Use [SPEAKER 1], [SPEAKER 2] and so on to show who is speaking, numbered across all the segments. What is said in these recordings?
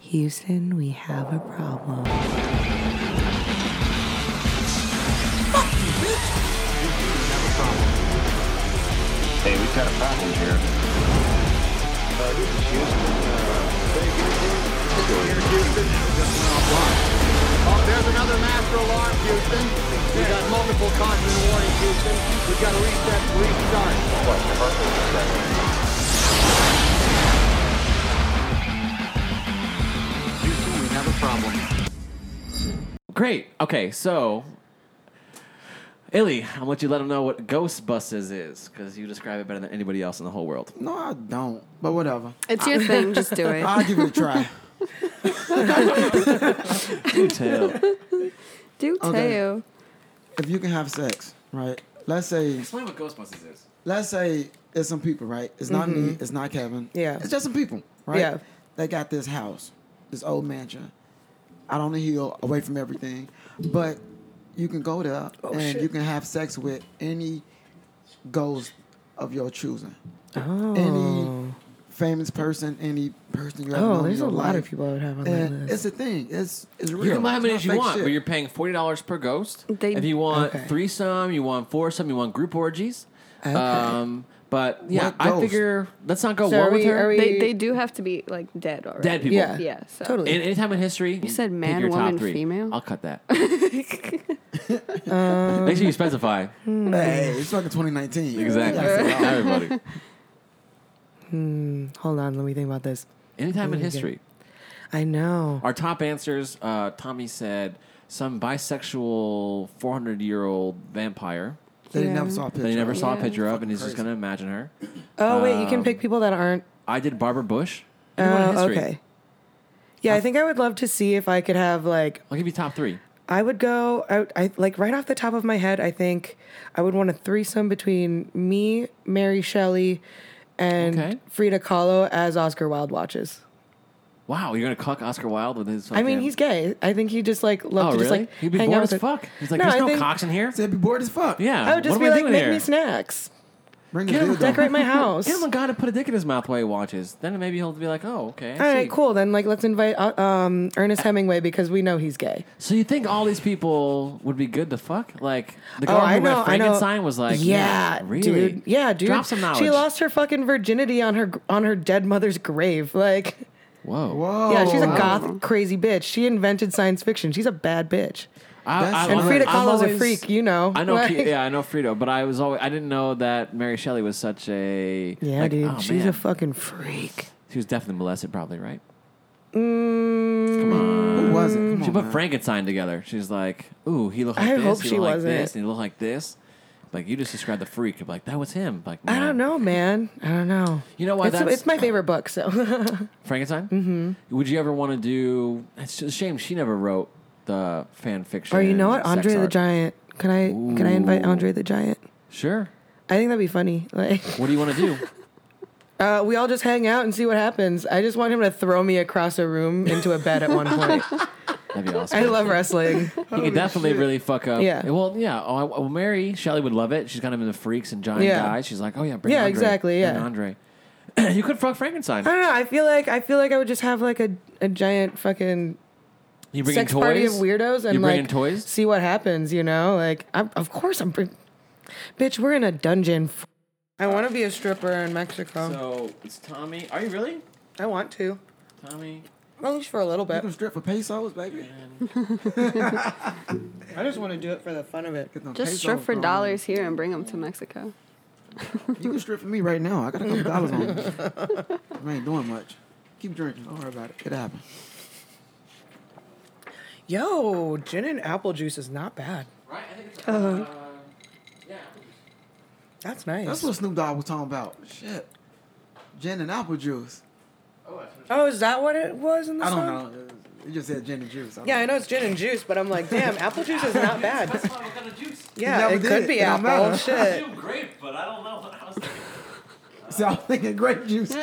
[SPEAKER 1] Houston, we have a problem.
[SPEAKER 2] Hey, we've got a problem here. Uh, this is Houston. Uh, hey, Houston. Here's Houston. Just went offline. Oh, there's another master alarm, Houston. We got multiple caution warning, Houston. We've got to reset, restart. What? Houston, we have a problem.
[SPEAKER 3] Great. Okay, so Illy, I'm gonna let you let them know what Ghost Buses is because you describe it better than anybody else in the whole world.
[SPEAKER 4] No, I don't. But whatever.
[SPEAKER 5] It's your thing. Just do it.
[SPEAKER 4] I'll give it a try.
[SPEAKER 3] Do tell.
[SPEAKER 5] Do too.
[SPEAKER 4] Okay. if you can have sex, right? Let's say,
[SPEAKER 3] Explain what Ghost Buses is.
[SPEAKER 4] let's say it's some people, right? It's not me. It's not Kevin.
[SPEAKER 6] Mm-hmm. Yeah.
[SPEAKER 4] It's just some people, right?
[SPEAKER 6] Yeah.
[SPEAKER 4] They got this house, this old mansion, out on the hill, away from everything. But you can go there
[SPEAKER 6] Oh,
[SPEAKER 4] and you can have sex with any ghost of your choosing. Any famous person, any person you ever known
[SPEAKER 6] Oh,
[SPEAKER 4] in
[SPEAKER 6] there's a
[SPEAKER 4] your
[SPEAKER 6] lot of
[SPEAKER 4] life.
[SPEAKER 6] people I would have on that
[SPEAKER 4] And
[SPEAKER 6] list.
[SPEAKER 4] it's a thing. It's it's real.
[SPEAKER 3] You can buy
[SPEAKER 4] It's
[SPEAKER 3] how many
[SPEAKER 4] not
[SPEAKER 3] as you
[SPEAKER 4] fake
[SPEAKER 3] want,
[SPEAKER 4] shit.
[SPEAKER 3] but you're paying forty dollars per ghost.
[SPEAKER 5] They-
[SPEAKER 3] if you want
[SPEAKER 6] okay.
[SPEAKER 3] threesome, you want foursome, you want group orgies. Um, but yeah,
[SPEAKER 4] What
[SPEAKER 3] I
[SPEAKER 4] ghost?
[SPEAKER 3] figure let's not go
[SPEAKER 6] So
[SPEAKER 3] war
[SPEAKER 6] are
[SPEAKER 3] with
[SPEAKER 6] we-
[SPEAKER 3] her.
[SPEAKER 6] are we-
[SPEAKER 5] They, they do have to be like dead already.
[SPEAKER 3] Dead people.
[SPEAKER 6] yeah,
[SPEAKER 5] Yeah, so-
[SPEAKER 6] totally.
[SPEAKER 3] In, anytime in history, you
[SPEAKER 5] said man, woman, female?
[SPEAKER 3] I'll cut that. Make sure you specify
[SPEAKER 4] Hey, it's fucking 2019.
[SPEAKER 3] exactly. Everybody.
[SPEAKER 6] Hold on, let me think about this.
[SPEAKER 3] Anytime in history.
[SPEAKER 6] I know.
[SPEAKER 3] Our top answers uh, Tommy said some bisexual 400 year old vampire
[SPEAKER 4] They
[SPEAKER 6] Yeah.
[SPEAKER 4] never saw a picture.
[SPEAKER 3] that he never saw a
[SPEAKER 5] Yeah.
[SPEAKER 3] picture of, and he's just
[SPEAKER 4] Fucking
[SPEAKER 3] going to imagine her.
[SPEAKER 6] Oh wait, you can
[SPEAKER 3] Um,
[SPEAKER 6] pick people that aren't.
[SPEAKER 3] I did Barbara Bush. If you want
[SPEAKER 6] Oh,
[SPEAKER 3] history,
[SPEAKER 6] okay. Yeah, I think I would love to see if I could have like
[SPEAKER 3] I'll give you top three.
[SPEAKER 6] I would go I, I like right off the top of my head, I think I would want a threesome between me, Mary Shelley, and
[SPEAKER 3] Okay.
[SPEAKER 6] Frida Kahlo as Oscar Wilde watches.
[SPEAKER 3] Wow, you're going to cuck Oscar Wilde with his.
[SPEAKER 6] I mean,
[SPEAKER 3] fucking-
[SPEAKER 6] he's gay. I think he just like loved
[SPEAKER 3] Oh,
[SPEAKER 6] to
[SPEAKER 3] really?
[SPEAKER 6] just like
[SPEAKER 3] He'd be
[SPEAKER 6] hang
[SPEAKER 3] bored
[SPEAKER 6] out
[SPEAKER 3] as
[SPEAKER 6] with-
[SPEAKER 3] fuck. He's like, there's
[SPEAKER 6] I
[SPEAKER 3] no
[SPEAKER 6] think-
[SPEAKER 3] cocks in here.
[SPEAKER 4] They'd be bored as fuck.
[SPEAKER 3] Yeah.
[SPEAKER 6] I would just
[SPEAKER 3] what
[SPEAKER 6] be
[SPEAKER 3] are we
[SPEAKER 6] like,
[SPEAKER 3] doing
[SPEAKER 6] make
[SPEAKER 3] here?
[SPEAKER 6] me snacks,
[SPEAKER 4] Bring
[SPEAKER 3] Get
[SPEAKER 4] a
[SPEAKER 3] him
[SPEAKER 4] dildo.
[SPEAKER 6] decorate my house.
[SPEAKER 3] Get him a guy to put a dick in his mouth while he watches. Then maybe he'll be like, oh, okay. I
[SPEAKER 6] All
[SPEAKER 3] see.
[SPEAKER 6] right, cool. Then like let's invite uh, um, Ernest Hemingway because we know he's gay.
[SPEAKER 3] So you think all these people would be good to fuck? Like the
[SPEAKER 6] Oh,
[SPEAKER 3] girl
[SPEAKER 6] I
[SPEAKER 3] who
[SPEAKER 6] know,
[SPEAKER 3] read
[SPEAKER 6] I know.
[SPEAKER 3] Frankenstein was like,
[SPEAKER 6] yeah,
[SPEAKER 3] really,
[SPEAKER 6] dude, yeah, dude.
[SPEAKER 3] drop some knowledge.
[SPEAKER 6] She lost her fucking virginity on her on her dead mother's grave. Like,
[SPEAKER 3] Whoa,
[SPEAKER 4] Whoa.
[SPEAKER 6] yeah,
[SPEAKER 3] Oh,
[SPEAKER 6] she's a goth crazy bitch. She invented science fiction. She's a bad bitch.
[SPEAKER 4] That's-
[SPEAKER 3] I, I,
[SPEAKER 4] And
[SPEAKER 3] I'm-
[SPEAKER 6] Frida
[SPEAKER 3] I'm
[SPEAKER 6] Kahlo's a
[SPEAKER 3] always-
[SPEAKER 6] freak, you know.
[SPEAKER 3] I know,
[SPEAKER 6] Like-
[SPEAKER 3] Ki- yeah, I know Frida, but I was always, I didn't know that Mary Shelley was such a,
[SPEAKER 6] Yeah,
[SPEAKER 3] like,
[SPEAKER 6] dude,
[SPEAKER 3] oh,
[SPEAKER 6] she's
[SPEAKER 3] man.
[SPEAKER 6] a fucking freak.
[SPEAKER 3] She was definitely molested, probably, right?
[SPEAKER 4] Oh, Who was it? Come
[SPEAKER 3] She
[SPEAKER 4] on,
[SPEAKER 3] put
[SPEAKER 4] man.
[SPEAKER 3] Frankenstein together. She's like, ooh, he looked like
[SPEAKER 6] I
[SPEAKER 3] this,
[SPEAKER 6] hope
[SPEAKER 3] he
[SPEAKER 6] she
[SPEAKER 3] looked like
[SPEAKER 6] wasn't.
[SPEAKER 3] this, and he looked like this. Like you just described the freak. I'm like that was him. Like
[SPEAKER 6] I don't
[SPEAKER 3] man.
[SPEAKER 6] know, man. I don't know.
[SPEAKER 3] You know why
[SPEAKER 6] It's,
[SPEAKER 3] that's
[SPEAKER 6] it's my favorite book. So
[SPEAKER 3] Frankenstein? Mm-hmm. Would you ever want to do? It's a shame she never wrote the fan fiction.
[SPEAKER 6] or Oh, you know what,
[SPEAKER 3] sex
[SPEAKER 6] Andre the
[SPEAKER 3] art.
[SPEAKER 6] Giant. Can I can I invite
[SPEAKER 3] Ooh.
[SPEAKER 6] Andre the Giant?
[SPEAKER 3] Sure.
[SPEAKER 6] I think that'd be funny. Like.
[SPEAKER 3] What do you want to do?
[SPEAKER 6] Uh, we all just hang out and see what happens. I just want him to throw me across a room into a bed at one point.
[SPEAKER 3] That'd be awesome.
[SPEAKER 6] I love wrestling.
[SPEAKER 3] He could definitely really fuck up.
[SPEAKER 6] Yeah.
[SPEAKER 3] Well, yeah. Oh, I, well, Mary Shelley would love it. She's kind of into freaks and giant
[SPEAKER 6] Yeah.
[SPEAKER 3] guys. She's like, oh yeah, bring
[SPEAKER 6] Yeah,
[SPEAKER 3] Andre.
[SPEAKER 6] exactly,
[SPEAKER 3] Bring
[SPEAKER 6] yeah. Uh,
[SPEAKER 3] Andre. you could fuck Frankenstein.
[SPEAKER 6] I don't know. I feel like I feel like I would just have like a, a giant fucking
[SPEAKER 3] You bring
[SPEAKER 6] sex
[SPEAKER 3] in toys.
[SPEAKER 6] party of weirdos and
[SPEAKER 3] you bring in
[SPEAKER 6] like
[SPEAKER 3] toys?
[SPEAKER 6] see what happens. You know, like I'm, of course I'm. Bring- Bitch, we're in a dungeon. F- I want to be a stripper in Mexico.
[SPEAKER 3] So it's Tommy. Are you really?
[SPEAKER 6] I want to,
[SPEAKER 3] Tommy.
[SPEAKER 6] at least for a little
[SPEAKER 4] You
[SPEAKER 6] bit.
[SPEAKER 4] can strip for pesos, baby.
[SPEAKER 6] I just want to do it for the fun of it.
[SPEAKER 4] Get them
[SPEAKER 5] Just
[SPEAKER 4] pesos
[SPEAKER 5] strip for
[SPEAKER 4] going.
[SPEAKER 5] dollars here and bring them to Mexico.
[SPEAKER 4] You can strip for me right now. I got a couple dollars on me. I ain't doing much. Keep drinking. Don't worry about it. It happened.
[SPEAKER 6] Yo, gin and apple juice is not bad.
[SPEAKER 3] Right. I think it's,
[SPEAKER 6] Uh-huh.
[SPEAKER 3] uh, yeah.
[SPEAKER 6] That's nice.
[SPEAKER 4] That's what Snoop Dogg was talking about. Shit. Gin and apple juice.
[SPEAKER 6] oh, is that what it was in the
[SPEAKER 4] I
[SPEAKER 6] song?
[SPEAKER 4] don't know. It just said gin and juice.
[SPEAKER 6] Yeah, I know it's gin and juice, but I'm like, damn, apple juice is not bad.
[SPEAKER 3] What kind of juice?
[SPEAKER 6] Yeah,
[SPEAKER 4] Yeah,
[SPEAKER 6] it
[SPEAKER 4] we
[SPEAKER 6] could
[SPEAKER 4] did.
[SPEAKER 6] be
[SPEAKER 4] It don't
[SPEAKER 6] apple. Oh,
[SPEAKER 4] matter.
[SPEAKER 6] Shit.
[SPEAKER 3] Grape, but I don't know what I was thinking.
[SPEAKER 4] So I'm thinking grape juice.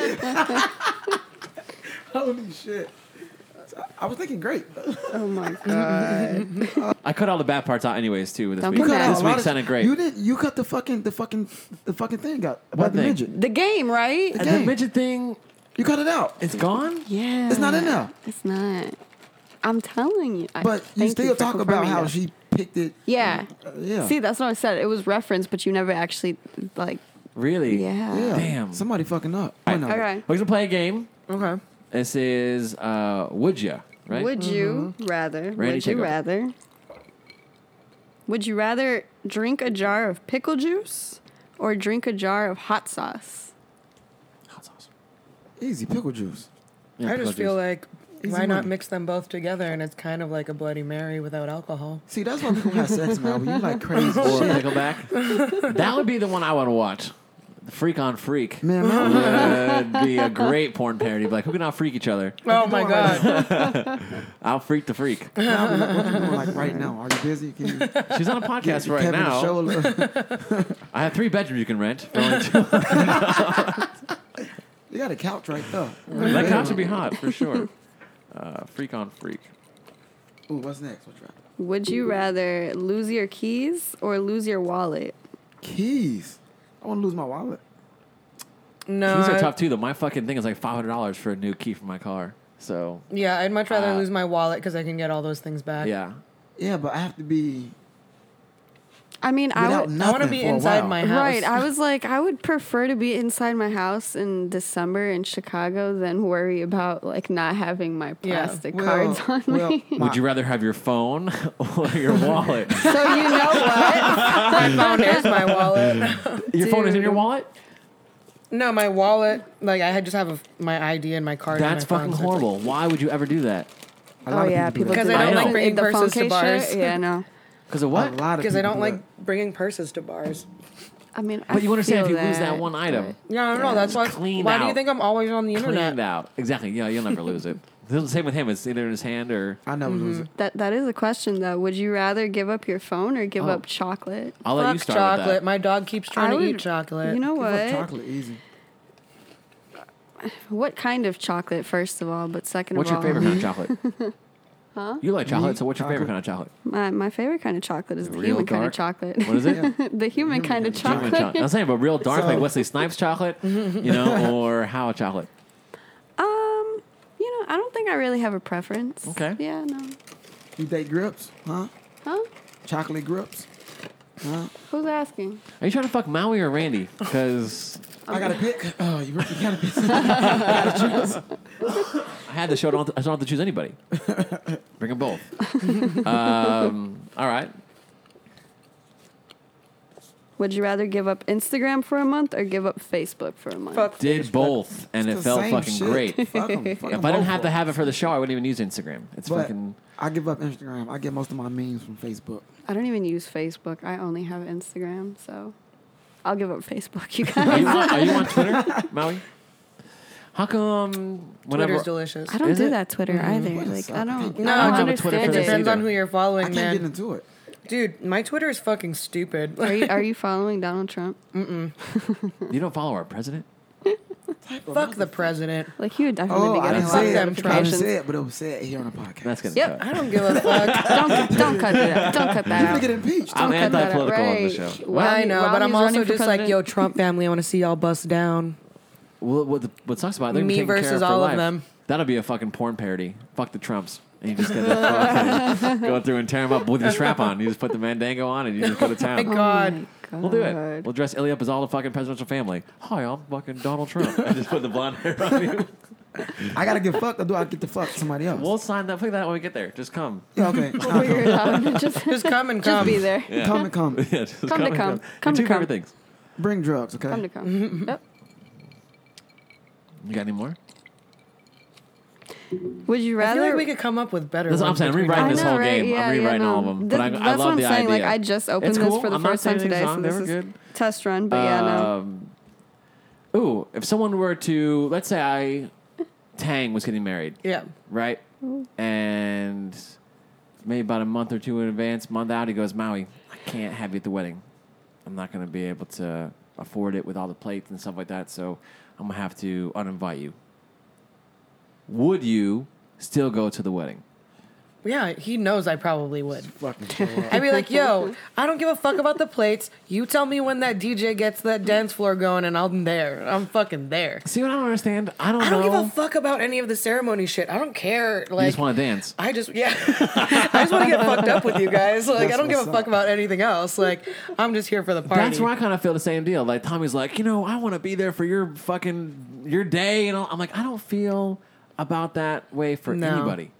[SPEAKER 4] Holy shit. So I- I was thinking grape.
[SPEAKER 5] Oh my god.
[SPEAKER 3] I cut all the bad parts out, anyways, too. This
[SPEAKER 5] Don't
[SPEAKER 3] week,
[SPEAKER 5] cut out
[SPEAKER 4] a
[SPEAKER 3] this
[SPEAKER 4] lot
[SPEAKER 3] week
[SPEAKER 4] of-
[SPEAKER 3] sounded great.
[SPEAKER 4] You didn't. You cut the fucking the fucking the fucking thing out.
[SPEAKER 3] What
[SPEAKER 4] About the
[SPEAKER 3] thing?
[SPEAKER 4] midget.
[SPEAKER 5] the game, right?
[SPEAKER 3] And the
[SPEAKER 4] game.
[SPEAKER 3] midget thing,
[SPEAKER 4] You cut it out.
[SPEAKER 3] It's gone?
[SPEAKER 5] Yeah.
[SPEAKER 4] It's not in there.
[SPEAKER 5] It's not. I'm telling you. Uh, I-
[SPEAKER 4] But you
[SPEAKER 5] thank
[SPEAKER 4] still
[SPEAKER 5] for
[SPEAKER 4] talk about
[SPEAKER 5] confirming
[SPEAKER 4] how
[SPEAKER 5] that.
[SPEAKER 4] she picked it.
[SPEAKER 5] Yeah.
[SPEAKER 4] Uh, yeah.
[SPEAKER 5] See, that's what I said. It was referenced, but you never actually like.
[SPEAKER 3] Really?
[SPEAKER 5] Yeah.
[SPEAKER 4] yeah.
[SPEAKER 3] Damn.
[SPEAKER 4] Somebody fucking up.
[SPEAKER 3] I-
[SPEAKER 4] One of them.
[SPEAKER 5] Okay.
[SPEAKER 3] We're going to play a game.
[SPEAKER 6] Okay.
[SPEAKER 3] This is uh, Would Ya, right?
[SPEAKER 5] Would you
[SPEAKER 4] Mm-hmm.
[SPEAKER 5] rather?
[SPEAKER 3] Randy,
[SPEAKER 5] would
[SPEAKER 3] take
[SPEAKER 5] you
[SPEAKER 3] over.
[SPEAKER 5] rather? Would you rather drink a jar of pickle juice or drink a jar of hot sauce?
[SPEAKER 3] Hot sauce.
[SPEAKER 4] Easy pickle juice.
[SPEAKER 3] Yeah,
[SPEAKER 6] I just feel
[SPEAKER 3] pickle juice.
[SPEAKER 6] like
[SPEAKER 4] Easy
[SPEAKER 6] why not
[SPEAKER 4] money.
[SPEAKER 6] mix them both together and it's kind of like a Bloody Mary without alcohol.
[SPEAKER 4] See, that's why people have sex now. But you like crazy
[SPEAKER 5] Oh,
[SPEAKER 3] Or
[SPEAKER 4] shit.
[SPEAKER 3] Nickelback. that would be the one I want to watch. Freak on Freak.
[SPEAKER 4] Man, that was-
[SPEAKER 3] would be a great porn parody. Like, who can out freak each other?
[SPEAKER 6] Oh my god.
[SPEAKER 3] I'll freak the freak.
[SPEAKER 4] now we like, what you doing like right now? Are you busy? Can you
[SPEAKER 3] She's on a podcast
[SPEAKER 4] you
[SPEAKER 3] right
[SPEAKER 4] Kevin
[SPEAKER 3] now.
[SPEAKER 4] the show a little-
[SPEAKER 3] I have three bedrooms you can rent. for only two.
[SPEAKER 4] you got a couch right there.
[SPEAKER 3] that couch would be hot for sure. Uh, freak on freak.
[SPEAKER 4] Ooh, what's next? What's right?
[SPEAKER 5] Would you rather lose your keys or lose your wallet?
[SPEAKER 4] Keys. I want to lose my wallet.
[SPEAKER 6] no.
[SPEAKER 3] These are
[SPEAKER 6] I-
[SPEAKER 3] tough too. Though my fucking thing is like five hundred dollars for a new key for my car. So
[SPEAKER 6] Yeah, I'd much rather
[SPEAKER 3] Uh,
[SPEAKER 6] lose my wallet because I can get all those things back.
[SPEAKER 3] yeah,
[SPEAKER 4] Yeah, but I have to be
[SPEAKER 5] I mean, I
[SPEAKER 4] without
[SPEAKER 5] would.
[SPEAKER 4] nothing
[SPEAKER 6] I want to be
[SPEAKER 4] for a
[SPEAKER 6] inside
[SPEAKER 4] while.
[SPEAKER 6] my house.
[SPEAKER 5] Right. I was like, I would prefer to be inside my house in December in Chicago than worry about like not having my
[SPEAKER 6] Yeah.
[SPEAKER 5] plastic
[SPEAKER 4] Well,
[SPEAKER 5] cards on
[SPEAKER 4] well,
[SPEAKER 5] me.
[SPEAKER 4] my-
[SPEAKER 3] would you rather have your phone or your wallet?
[SPEAKER 5] so you know what?
[SPEAKER 6] my phone is my wallet.
[SPEAKER 3] your phone is in your
[SPEAKER 5] Dude.
[SPEAKER 3] wallet.
[SPEAKER 6] No, my wallet. Like I had- just have a, my ID and my card. and
[SPEAKER 3] That's
[SPEAKER 6] my phone,
[SPEAKER 3] fucking
[SPEAKER 6] so it's
[SPEAKER 3] horrible. Why would you ever do that?
[SPEAKER 4] A lot of do that.
[SPEAKER 5] Oh, do
[SPEAKER 6] Because I
[SPEAKER 3] don't
[SPEAKER 5] that.
[SPEAKER 3] like
[SPEAKER 6] bringing
[SPEAKER 5] The phone
[SPEAKER 6] purses to
[SPEAKER 5] case shit?
[SPEAKER 6] bars.
[SPEAKER 5] Yeah, no.
[SPEAKER 3] Because of what?
[SPEAKER 4] A lot of
[SPEAKER 6] Because I
[SPEAKER 4] people
[SPEAKER 6] don't
[SPEAKER 4] do
[SPEAKER 6] like
[SPEAKER 4] that.
[SPEAKER 6] bringing purses to bars.
[SPEAKER 5] I mean, I
[SPEAKER 3] But you understand if
[SPEAKER 5] feel
[SPEAKER 3] you lose that one item,
[SPEAKER 6] Yeah, I don't know. That's why.
[SPEAKER 3] Cleaned
[SPEAKER 6] why do
[SPEAKER 3] out.
[SPEAKER 6] you think I'm always on the
[SPEAKER 3] cleaned
[SPEAKER 6] internet?
[SPEAKER 3] out. Exactly. Yeah, you'll never lose it. The same with him. It's either in his hand or
[SPEAKER 4] I never lose it.
[SPEAKER 5] That that is a question though. Would you rather give up your phone or give up chocolate?
[SPEAKER 3] I'll let you
[SPEAKER 6] Fuck
[SPEAKER 3] start with
[SPEAKER 6] chocolate.
[SPEAKER 3] that.
[SPEAKER 6] My dog keeps trying
[SPEAKER 5] I
[SPEAKER 6] to eat
[SPEAKER 5] would-
[SPEAKER 6] chocolate.
[SPEAKER 5] You know
[SPEAKER 4] Give up
[SPEAKER 5] what?
[SPEAKER 4] Chocolate easy.
[SPEAKER 5] What kind of chocolate? First of all, but second
[SPEAKER 3] What's
[SPEAKER 5] of
[SPEAKER 3] your
[SPEAKER 5] all,
[SPEAKER 3] favorite kind of chocolate? huh? You like chocolate, so what's your favorite kind
[SPEAKER 4] Chocolate.
[SPEAKER 3] of chocolate?
[SPEAKER 5] My, my favorite kind of chocolate is the
[SPEAKER 3] Real
[SPEAKER 5] human kind of
[SPEAKER 3] dark?
[SPEAKER 5] chocolate.
[SPEAKER 3] What is it?
[SPEAKER 5] the human kind of
[SPEAKER 3] Human
[SPEAKER 5] chocolate.
[SPEAKER 3] chocolate. I'm saying, but real dark, like Wesley Snipes chocolate, you know, or how chocolate.
[SPEAKER 5] Um, you know, I don't think I really have a preference.
[SPEAKER 3] Okay.
[SPEAKER 5] Yeah, no.
[SPEAKER 4] You date grips, huh?
[SPEAKER 5] Huh?
[SPEAKER 4] Chocolate grips.
[SPEAKER 5] Who's asking?
[SPEAKER 3] Are you trying to fuck Maui or Randy? Because
[SPEAKER 5] Um,
[SPEAKER 4] I gotta pick. Oh, you, you gotta pick.
[SPEAKER 3] I had the show. I don't, I don't have to choose anybody. Bring them both. Um, all right.
[SPEAKER 5] Would you rather give up Instagram for a month or give up Facebook for a month?
[SPEAKER 6] Fuck.
[SPEAKER 3] Did both, and it
[SPEAKER 4] the
[SPEAKER 3] felt
[SPEAKER 4] same
[SPEAKER 3] fucking
[SPEAKER 4] shit.
[SPEAKER 3] great. If
[SPEAKER 4] Fuck 'em, fuck 'em
[SPEAKER 3] I didn't
[SPEAKER 4] both.
[SPEAKER 3] have to have it for the show, I wouldn't even use Instagram. It's
[SPEAKER 4] But
[SPEAKER 3] fucking.
[SPEAKER 4] I give up Instagram. I get most of my memes from Facebook.
[SPEAKER 5] I don't even use Facebook. I only have Instagram, so I'll give up Facebook, you
[SPEAKER 3] Are
[SPEAKER 5] guys.
[SPEAKER 3] you, on, are you on Twitter, Maui? How come whenever
[SPEAKER 6] Twitter's delicious.
[SPEAKER 5] I don't
[SPEAKER 3] Is
[SPEAKER 5] do
[SPEAKER 3] it?
[SPEAKER 5] that Twitter either.
[SPEAKER 4] What is
[SPEAKER 5] Like
[SPEAKER 4] up?
[SPEAKER 5] I don't.
[SPEAKER 6] No,
[SPEAKER 5] I
[SPEAKER 6] I
[SPEAKER 5] don't
[SPEAKER 6] don't
[SPEAKER 3] have a Twitter
[SPEAKER 5] understand
[SPEAKER 3] for
[SPEAKER 5] it.
[SPEAKER 3] this
[SPEAKER 6] Depends
[SPEAKER 3] either.
[SPEAKER 6] on who you're
[SPEAKER 4] I
[SPEAKER 6] following,
[SPEAKER 4] can't
[SPEAKER 6] man.
[SPEAKER 4] get into it.
[SPEAKER 6] Dude, my Twitter is fucking stupid.
[SPEAKER 5] Are you, are you following Donald Trump?
[SPEAKER 3] you don't follow our president?
[SPEAKER 6] Fuck the president.
[SPEAKER 5] Like he would definitely
[SPEAKER 4] Oh,
[SPEAKER 5] be
[SPEAKER 4] I
[SPEAKER 5] getting
[SPEAKER 4] didn't
[SPEAKER 5] a
[SPEAKER 6] Fuck
[SPEAKER 5] lot
[SPEAKER 4] say
[SPEAKER 5] of
[SPEAKER 4] it.
[SPEAKER 6] them,
[SPEAKER 4] I
[SPEAKER 6] Trump.
[SPEAKER 4] didn't
[SPEAKER 5] notifications.
[SPEAKER 4] say it, but it was said here on the podcast.
[SPEAKER 3] That's gonna.
[SPEAKER 5] Yep.
[SPEAKER 3] cut.
[SPEAKER 6] I don't give a fuck.
[SPEAKER 5] Don't don't cut it out. Don't cut
[SPEAKER 4] You
[SPEAKER 5] that
[SPEAKER 4] could get
[SPEAKER 5] out.
[SPEAKER 4] impeached.
[SPEAKER 3] I'm
[SPEAKER 5] Don't cut that out,
[SPEAKER 3] anti-political on the
[SPEAKER 5] right.
[SPEAKER 3] show.
[SPEAKER 5] Well,
[SPEAKER 6] I know, but I'm
[SPEAKER 5] Romney's running
[SPEAKER 6] also
[SPEAKER 5] for
[SPEAKER 6] just like,
[SPEAKER 5] president.
[SPEAKER 6] yo, Trump family, I want to see y'all bust down.
[SPEAKER 3] Well, what, the, what sucks about it, they're
[SPEAKER 6] Me
[SPEAKER 3] taken care
[SPEAKER 6] versus
[SPEAKER 3] for
[SPEAKER 6] all of
[SPEAKER 3] life.
[SPEAKER 6] them.
[SPEAKER 3] That'll be a fucking porn parody. Fuck the Trumps. And you just get to fucking go through and tear them up with your strap on. You just put the mandango on and you just go to town.
[SPEAKER 6] God.
[SPEAKER 5] Oh my God.
[SPEAKER 3] We'll do it. We'll dress Illy up as all the fucking presidential family. Hi, I'm fucking Donald Trump. I just put the blonde hair on you.
[SPEAKER 4] I gotta get fucked, or do I get to fuck somebody else?
[SPEAKER 3] We'll sign that. Fuck that when we get there. Just come.
[SPEAKER 4] Yeah, okay. I'll
[SPEAKER 5] figure
[SPEAKER 4] come.
[SPEAKER 5] it out. Just
[SPEAKER 6] Just come and
[SPEAKER 5] just
[SPEAKER 6] come.
[SPEAKER 5] be there.
[SPEAKER 4] come and come.
[SPEAKER 3] Yeah, just
[SPEAKER 5] Come to
[SPEAKER 3] and
[SPEAKER 5] come. Come
[SPEAKER 3] Your
[SPEAKER 5] to
[SPEAKER 3] two
[SPEAKER 5] come.
[SPEAKER 3] favorite things.
[SPEAKER 4] Bring drugs, okay?
[SPEAKER 5] Come to come. Yep.
[SPEAKER 3] You got any more?
[SPEAKER 5] Would you
[SPEAKER 6] I
[SPEAKER 5] rather?
[SPEAKER 6] feel like we could come up with better.
[SPEAKER 3] That's what I'm
[SPEAKER 6] ones
[SPEAKER 3] saying. I'm
[SPEAKER 6] between
[SPEAKER 3] rewriting
[SPEAKER 5] I
[SPEAKER 3] this
[SPEAKER 5] know,
[SPEAKER 3] whole
[SPEAKER 5] right?
[SPEAKER 3] game.
[SPEAKER 5] Yeah,
[SPEAKER 3] I'm rewriting
[SPEAKER 5] yeah,
[SPEAKER 3] all of
[SPEAKER 5] no.
[SPEAKER 3] them. But I,
[SPEAKER 5] Th-
[SPEAKER 3] I
[SPEAKER 5] that's what
[SPEAKER 3] love
[SPEAKER 5] I'm
[SPEAKER 3] the
[SPEAKER 5] saying.
[SPEAKER 3] idea.
[SPEAKER 5] Like I just opened
[SPEAKER 3] It's
[SPEAKER 5] this
[SPEAKER 3] cool.
[SPEAKER 5] for the
[SPEAKER 3] I'm not
[SPEAKER 5] first
[SPEAKER 3] saying
[SPEAKER 5] time
[SPEAKER 3] anything's
[SPEAKER 5] today,
[SPEAKER 3] wrong.
[SPEAKER 5] so
[SPEAKER 3] They
[SPEAKER 5] this
[SPEAKER 3] were
[SPEAKER 5] is
[SPEAKER 3] good.
[SPEAKER 5] test run. But yeah, no.
[SPEAKER 3] Um, ooh, if someone were to, let's say I, Tang was getting married,
[SPEAKER 6] Yeah.
[SPEAKER 3] right? And maybe about a month or two in advance, month out, he goes, Maui, I can't have you at the wedding. I'm not going to be able to afford it with all the plates and stuff like that, so I'm going to have to uninvite you. Would you still go to the wedding?
[SPEAKER 6] Yeah, he knows I probably would.
[SPEAKER 4] Fucking chill out.
[SPEAKER 6] I'd be like, yo, I don't give a fuck about the plates. You tell me when that DJ gets that dance floor going and I'm there. I'm fucking there.
[SPEAKER 3] See what I don't understand? I don't,
[SPEAKER 6] I don't
[SPEAKER 3] know.
[SPEAKER 6] give a fuck about any of the ceremony shit. I don't care. Like,
[SPEAKER 3] you just want to dance.
[SPEAKER 6] I just yeah. I just want to get fucked up with you guys. Like I don't give a
[SPEAKER 4] what's
[SPEAKER 6] fuck
[SPEAKER 4] up.
[SPEAKER 6] about anything else. Like I'm just here for the party.
[SPEAKER 3] That's where I kind of feel the same deal. Like Tommy's like, you know, I want to be there for your fucking your day, and all. I'm like, I don't feel about that way for
[SPEAKER 6] No.
[SPEAKER 3] anybody.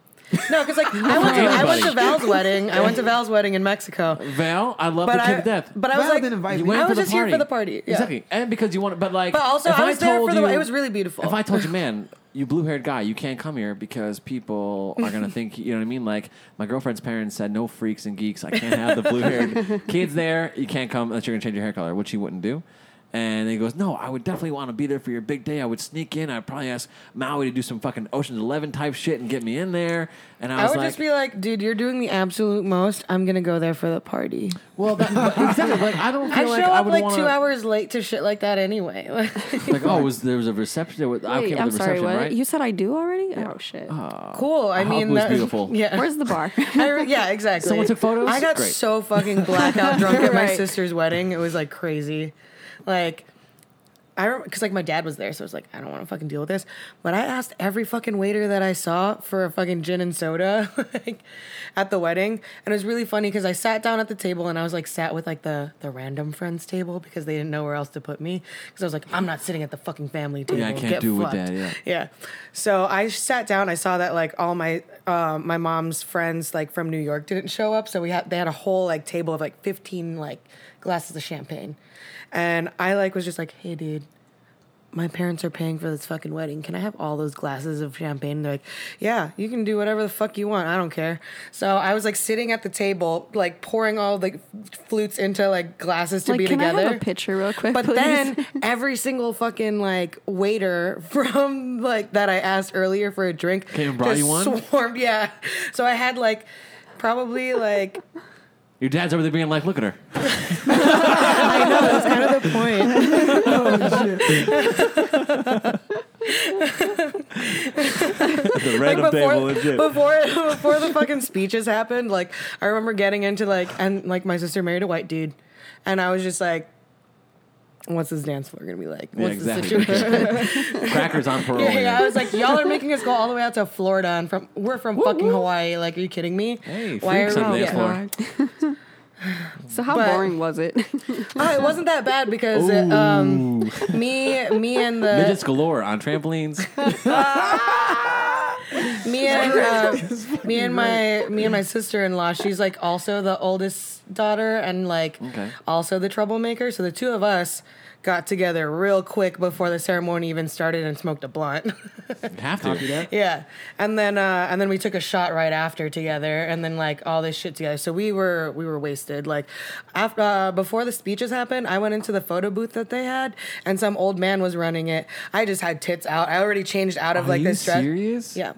[SPEAKER 6] No, because like I went, to, I went to
[SPEAKER 3] Anybody.
[SPEAKER 6] Val's wedding. I went to Val's wedding in Mexico.
[SPEAKER 3] Val, I love
[SPEAKER 6] But
[SPEAKER 3] the kid
[SPEAKER 6] I,
[SPEAKER 3] to death.
[SPEAKER 6] but I was
[SPEAKER 4] Val
[SPEAKER 6] like,
[SPEAKER 4] didn't invite
[SPEAKER 3] You
[SPEAKER 4] me.
[SPEAKER 3] went
[SPEAKER 6] I was just here for the party. Yeah.
[SPEAKER 3] Exactly. And because you want but like
[SPEAKER 6] But also,
[SPEAKER 3] if
[SPEAKER 6] I was there
[SPEAKER 3] told
[SPEAKER 6] for the
[SPEAKER 3] you-
[SPEAKER 6] it was really beautiful.
[SPEAKER 3] If I told you, man, you blue haired guy, you can't come here because people are gonna think you know what I mean? Like my girlfriend's parents said no freaks and geeks, I can't have the blue haired kids there, you can't come unless you're gonna change your hair color, which he wouldn't do. And he goes, No, I would definitely want to be there for your big day. I would sneak in. I'd probably ask Maui to do some fucking Ocean's Eleven type shit and get me in there. And I
[SPEAKER 6] I
[SPEAKER 3] was
[SPEAKER 6] would
[SPEAKER 3] like,
[SPEAKER 6] just be like, dude, you're doing the absolute most. I'm gonna go there for the party.
[SPEAKER 3] Well, that, but exactly. Like, I don't
[SPEAKER 6] I
[SPEAKER 3] feel
[SPEAKER 6] show
[SPEAKER 3] like I
[SPEAKER 6] up
[SPEAKER 3] would
[SPEAKER 6] like
[SPEAKER 3] want
[SPEAKER 6] two hours late to shit like that anyway.
[SPEAKER 3] Like, oh, was there was a reception? There was, I
[SPEAKER 5] Wait,
[SPEAKER 3] came
[SPEAKER 5] I'm
[SPEAKER 3] with a
[SPEAKER 5] sorry.
[SPEAKER 3] reception,
[SPEAKER 5] What
[SPEAKER 3] right?
[SPEAKER 5] you said? I do already? Oh shit.
[SPEAKER 6] cool. I
[SPEAKER 3] Hot
[SPEAKER 6] mean,
[SPEAKER 3] Blue's
[SPEAKER 6] that-
[SPEAKER 3] beautiful.
[SPEAKER 6] Yeah.
[SPEAKER 5] Where's the bar?
[SPEAKER 6] I re- yeah, exactly.
[SPEAKER 3] Someone took photos?
[SPEAKER 6] I got
[SPEAKER 3] Great.
[SPEAKER 6] so fucking blackout drunk at my
[SPEAKER 5] Right.
[SPEAKER 6] sister's wedding. It was like crazy. Like, I remember because like my dad was there, so I was like, I don't want to fucking deal with this. But I asked every fucking waiter that I saw for a fucking gin and soda like, at the wedding, and it was really funny because I sat down at the table and I was like sat with like the the random friends table because they didn't know where else to put me because I was like, I'm not sitting at the fucking family table.
[SPEAKER 3] Yeah, I can't
[SPEAKER 6] Get
[SPEAKER 3] do with
[SPEAKER 6] fucked.
[SPEAKER 3] that, yeah.
[SPEAKER 6] Yeah. So I sat down. I saw that like all my uh, my mom's friends like from New York didn't show up. So we had they had a whole like table of like fifteen like glasses of champagne, and I like was just like, hey dude. My parents are paying for this fucking wedding. Can I have all those glasses of champagne? And they're like, yeah, you can do whatever the fuck you want. I don't care. So I was like sitting at the table, like pouring all the flutes into like glasses to
[SPEAKER 5] Like,
[SPEAKER 6] be
[SPEAKER 5] can I have
[SPEAKER 6] together.
[SPEAKER 5] a picture real quick,
[SPEAKER 6] But
[SPEAKER 5] please?
[SPEAKER 6] then every single fucking like waiter from like that I asked earlier for a drink
[SPEAKER 3] Came and brought you
[SPEAKER 6] just
[SPEAKER 3] one?
[SPEAKER 6] Swarmed, yeah. So I had like probably like
[SPEAKER 3] Your dad's over there being like, look at her.
[SPEAKER 6] I know that's kind of the point.
[SPEAKER 7] The
[SPEAKER 6] Like
[SPEAKER 7] random table
[SPEAKER 6] before,
[SPEAKER 7] is it.
[SPEAKER 6] before before the fucking speeches happened, like I remember getting into like and like my sister married a white dude, and I was just like, "What's this dance floor gonna be like? What's
[SPEAKER 3] exactly.
[SPEAKER 6] the situation?"
[SPEAKER 3] Crackers on parole.
[SPEAKER 6] Yeah,
[SPEAKER 3] man.
[SPEAKER 6] yeah. I was like, y'all are making us go all the way out to Florida, and from we're from fucking Hawaii. Like, are you kidding me?
[SPEAKER 3] Hey, freaks on the dance floor.
[SPEAKER 5] so how
[SPEAKER 6] But-
[SPEAKER 5] boring was it?
[SPEAKER 6] Oh, it wasn't that bad because uh, um, me, me and the
[SPEAKER 3] Midgets galore on trampolines.
[SPEAKER 6] me and uh, me and my me and my sister in law. She's like also the oldest daughter and like
[SPEAKER 3] Okay.
[SPEAKER 6] also the troublemaker. So the two of us got together real quick before the ceremony even started and smoked a blunt.
[SPEAKER 3] You'd have to.
[SPEAKER 6] Yeah, and then uh, and then we took a shot right after together, and then like all this shit together. So we were we were wasted. Like after uh, before the speeches happened, I went into the photo booth that they had, and some old man was running it. I just had tits out. I already changed out of
[SPEAKER 3] Are
[SPEAKER 6] like
[SPEAKER 3] you
[SPEAKER 6] this dress.
[SPEAKER 3] serious?
[SPEAKER 6] Yeah.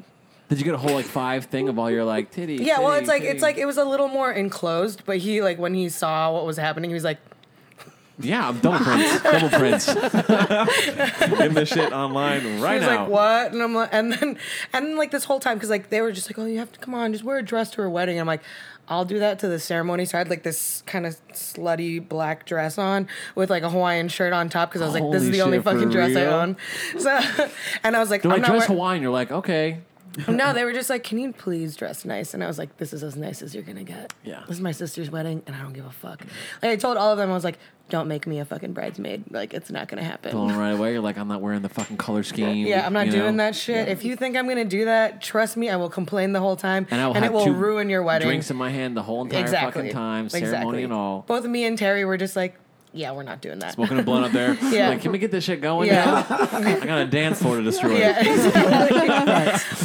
[SPEAKER 3] Did you get a whole like five thing of all your like titty?
[SPEAKER 6] Yeah, well,
[SPEAKER 3] titty,
[SPEAKER 6] it's like
[SPEAKER 3] titty?
[SPEAKER 6] it's like it was a little more enclosed, but he like when he saw what was happening, he was like,
[SPEAKER 3] yeah, I'm double prints, double prints.
[SPEAKER 7] Give this shit online
[SPEAKER 6] he
[SPEAKER 7] right
[SPEAKER 6] was
[SPEAKER 7] now.
[SPEAKER 6] like, "What?" And I'm like, and then and then like this whole time because like they were just like, "Oh, you have to come on, just wear a dress to her wedding." And I'm like, "I'll do that to the ceremony." So I had like this kind of slutty black dress on with like a Hawaiian shirt on top because I was like, "This
[SPEAKER 3] Holy
[SPEAKER 6] is the only
[SPEAKER 3] shit, for
[SPEAKER 6] fucking dress I
[SPEAKER 3] real?
[SPEAKER 6] own." So and I was like,
[SPEAKER 3] They're
[SPEAKER 6] "I'm
[SPEAKER 3] like dress
[SPEAKER 6] not." Wear-.
[SPEAKER 3] Hawaiian. You're like, okay.
[SPEAKER 6] No, they were just like, "Can you please dress nice?" And I was like, "This is as nice as you're gonna get."
[SPEAKER 3] Yeah.
[SPEAKER 6] this is my sister's wedding, and I don't give a fuck. Like I told all of them, I was like, "Don't make me a fucking bridesmaid. Like it's not gonna happen."
[SPEAKER 3] Going right away. You're like, I'm not wearing the fucking color scheme.
[SPEAKER 6] Yeah, I'm not
[SPEAKER 3] you know?
[SPEAKER 6] doing that shit. If you think I'm gonna do that, trust me, I will complain the whole time, and,
[SPEAKER 3] And I will
[SPEAKER 6] it
[SPEAKER 3] have
[SPEAKER 6] will
[SPEAKER 3] two
[SPEAKER 6] ruin your wedding.
[SPEAKER 3] Drinks in my hand the whole entire fucking time, ceremony and all.
[SPEAKER 6] Both me and Terry were just like, yeah, we're not doing that.
[SPEAKER 3] Smoking a blunt up there.
[SPEAKER 6] Yeah.
[SPEAKER 3] Like, can we get this shit going?
[SPEAKER 6] Yeah.
[SPEAKER 3] now? I got a dance floor to destroy.
[SPEAKER 6] Yeah, exactly.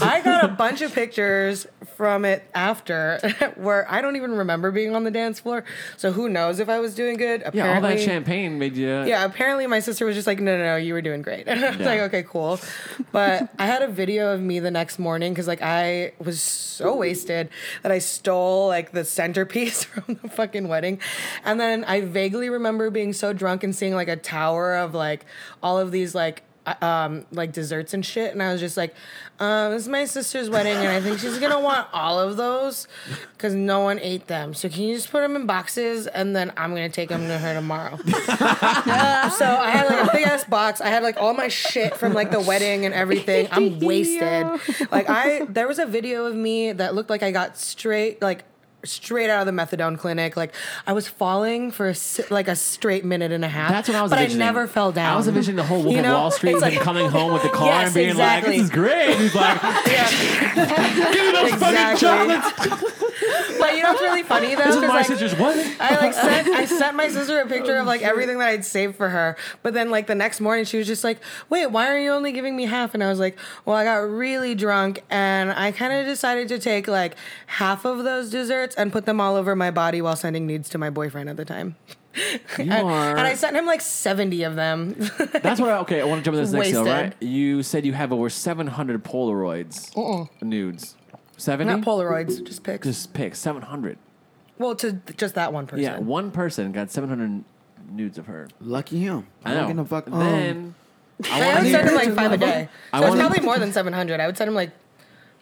[SPEAKER 6] I got a bunch of pictures from it after where I don't even remember being on the dance floor. So who knows if I was doing good? Apparently,
[SPEAKER 3] Yeah, all that champagne made you.
[SPEAKER 6] yeah, apparently my sister was just like, no, no, no, you were doing great. And I was
[SPEAKER 3] Yeah.
[SPEAKER 6] like, okay, cool. But I had a video of me the next morning because like I was so wasted that I stole like the centerpiece from the fucking wedding. And then I vaguely remember being so drunk and seeing like a tower of like all of these like um, like desserts and shit, and I was just like, um, "This is my sister's wedding, and I think she's gonna want all of those because no one ate them. So can you just put them in boxes, and then I'm gonna take them to her tomorrow." so I had
[SPEAKER 3] Ah.
[SPEAKER 6] like a big ass box. I had like all my shit from like the wedding and everything. I'm wasted. Like I, there was a video of me that looked like I got straight like straight out of the methadone clinic. Like I was falling for a, s- like a straight minute and a half.
[SPEAKER 3] That's what I was
[SPEAKER 6] But
[SPEAKER 3] envisioning.
[SPEAKER 6] I never fell down.
[SPEAKER 3] I was envisioning the whole Wolf
[SPEAKER 6] You
[SPEAKER 3] of
[SPEAKER 6] know?
[SPEAKER 3] Wall Street
[SPEAKER 6] It's
[SPEAKER 3] and him
[SPEAKER 6] like-
[SPEAKER 3] coming home with the car
[SPEAKER 6] Yes,
[SPEAKER 3] and being
[SPEAKER 6] exactly.
[SPEAKER 3] like, this is great. He's like, give me those fucking
[SPEAKER 6] Exactly.
[SPEAKER 3] chocolates.
[SPEAKER 6] But you know what's really funny though?
[SPEAKER 3] This is
[SPEAKER 6] 'Cause,
[SPEAKER 3] my
[SPEAKER 6] like,
[SPEAKER 3] sister's wedding.
[SPEAKER 6] I like sent I sent my sister a picture of
[SPEAKER 3] Oh,
[SPEAKER 6] like everything that I'd saved for her. But then like the next morning she was just like, "Wait, why are you only giving me half?" And I was like, "Well, I got really drunk and I kind of decided to take like half of those desserts and put them all over my body while sending nudes to my boyfriend at the time."
[SPEAKER 3] You
[SPEAKER 6] and,
[SPEAKER 3] are-
[SPEAKER 6] and I sent him like 70 of them.
[SPEAKER 3] That's what I, okay, I want to jump into this next deal,
[SPEAKER 6] Wasted.
[SPEAKER 3] right? You said you have over 700 Polaroids. Nudes. 70?
[SPEAKER 6] Not Polaroids, just pics.
[SPEAKER 3] Just pick 700.
[SPEAKER 6] well, to th- just that one person.
[SPEAKER 3] Yeah, one person got 700 nudes of her.
[SPEAKER 4] Lucky him.
[SPEAKER 3] I know.
[SPEAKER 4] Don't get no fuck. um,
[SPEAKER 3] then I
[SPEAKER 6] I
[SPEAKER 3] want
[SPEAKER 6] would
[SPEAKER 3] to
[SPEAKER 6] send
[SPEAKER 3] hear.
[SPEAKER 6] him like five a day.
[SPEAKER 3] I
[SPEAKER 6] So it's
[SPEAKER 3] wanna-
[SPEAKER 6] probably more than 700. I would send him like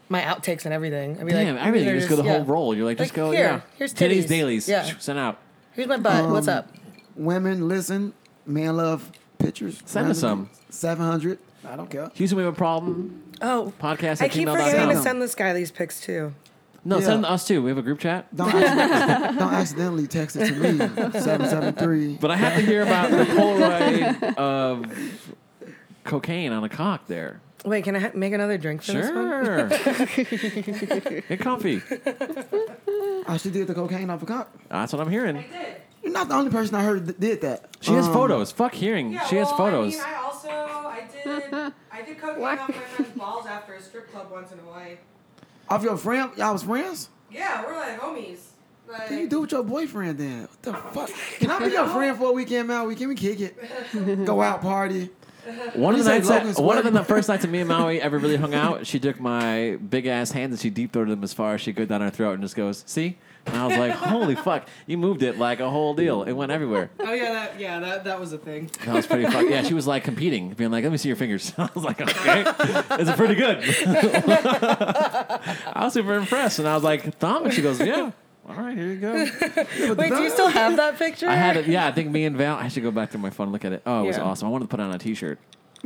[SPEAKER 6] my outtakes and everything. I'd be
[SPEAKER 3] Damn,
[SPEAKER 6] like,
[SPEAKER 3] everything.
[SPEAKER 6] they're
[SPEAKER 3] You just go the
[SPEAKER 6] yeah.
[SPEAKER 3] whole roll. You're like, just
[SPEAKER 6] Like,
[SPEAKER 3] go.
[SPEAKER 6] here,
[SPEAKER 3] yeah.
[SPEAKER 6] here's
[SPEAKER 3] titties,
[SPEAKER 6] titties.
[SPEAKER 3] dailies.
[SPEAKER 6] Yeah.
[SPEAKER 3] Send out.
[SPEAKER 6] Here's my butt. What's
[SPEAKER 4] Um,
[SPEAKER 6] up?
[SPEAKER 4] Women, listen. Man, love pictures.
[SPEAKER 3] Send us some.
[SPEAKER 4] Seven hundred. I don't care.
[SPEAKER 3] Houston, we have a problem.
[SPEAKER 6] Oh,
[SPEAKER 3] podcast
[SPEAKER 6] I
[SPEAKER 3] at
[SPEAKER 6] keep
[SPEAKER 3] gmail dot
[SPEAKER 6] forgetting to
[SPEAKER 3] com.
[SPEAKER 6] send this guy these pics too.
[SPEAKER 3] No,
[SPEAKER 4] Yeah.
[SPEAKER 3] send us too. We have a group chat.
[SPEAKER 4] Don't accidentally, don't accidentally text it to me. Seven seven three.
[SPEAKER 3] But I have to hear about the Polaroid of cocaine on a cock there.
[SPEAKER 6] Wait, can I ha- make another drink for this one?
[SPEAKER 3] Sure. Get comfy.
[SPEAKER 4] oh, she did the cocaine off a cop.
[SPEAKER 3] That's what I'm hearing.
[SPEAKER 4] You're not the only person I heard that did that.
[SPEAKER 3] She has
[SPEAKER 4] Um,
[SPEAKER 3] photos. Fuck hearing. she has photos.
[SPEAKER 6] I also I did I did cocaine
[SPEAKER 5] What? off my
[SPEAKER 6] friend's balls after a strip club once in Hawaii.
[SPEAKER 4] Off your friend, y'all was friends.
[SPEAKER 6] Yeah, we're like homies. Like,
[SPEAKER 4] What you do with your boyfriend then? What the fuck? Can I be your friend for a weekend, man? We can we kick it? Go out party.
[SPEAKER 3] one of the
[SPEAKER 4] What do you
[SPEAKER 3] nights,
[SPEAKER 4] say,
[SPEAKER 3] that-
[SPEAKER 4] Logan's
[SPEAKER 3] one of
[SPEAKER 4] wedding?
[SPEAKER 3] the first nights that me and Maui ever really hung out, she took my big ass hands and she deep throated them as far as she could down her throat and just goes, "See." And I was like, "Holy fuck! You moved it like a whole deal. It went everywhere."
[SPEAKER 6] oh yeah, that yeah that that was a thing.
[SPEAKER 3] That was pretty fun. Yeah, she was like competing, being like, "Let me see your fingers." I was like, "Okay, this is pretty good." I was super impressed, and I was like, "Thumb," and she goes, "Yeah, all right, here you go."
[SPEAKER 6] Wait, do you still have that picture?
[SPEAKER 3] I had it. Yeah, I think me and Val. I should go back to my phone and look at it. Oh, it was
[SPEAKER 6] Yeah.
[SPEAKER 3] awesome. I wanted to put on a T-shirt.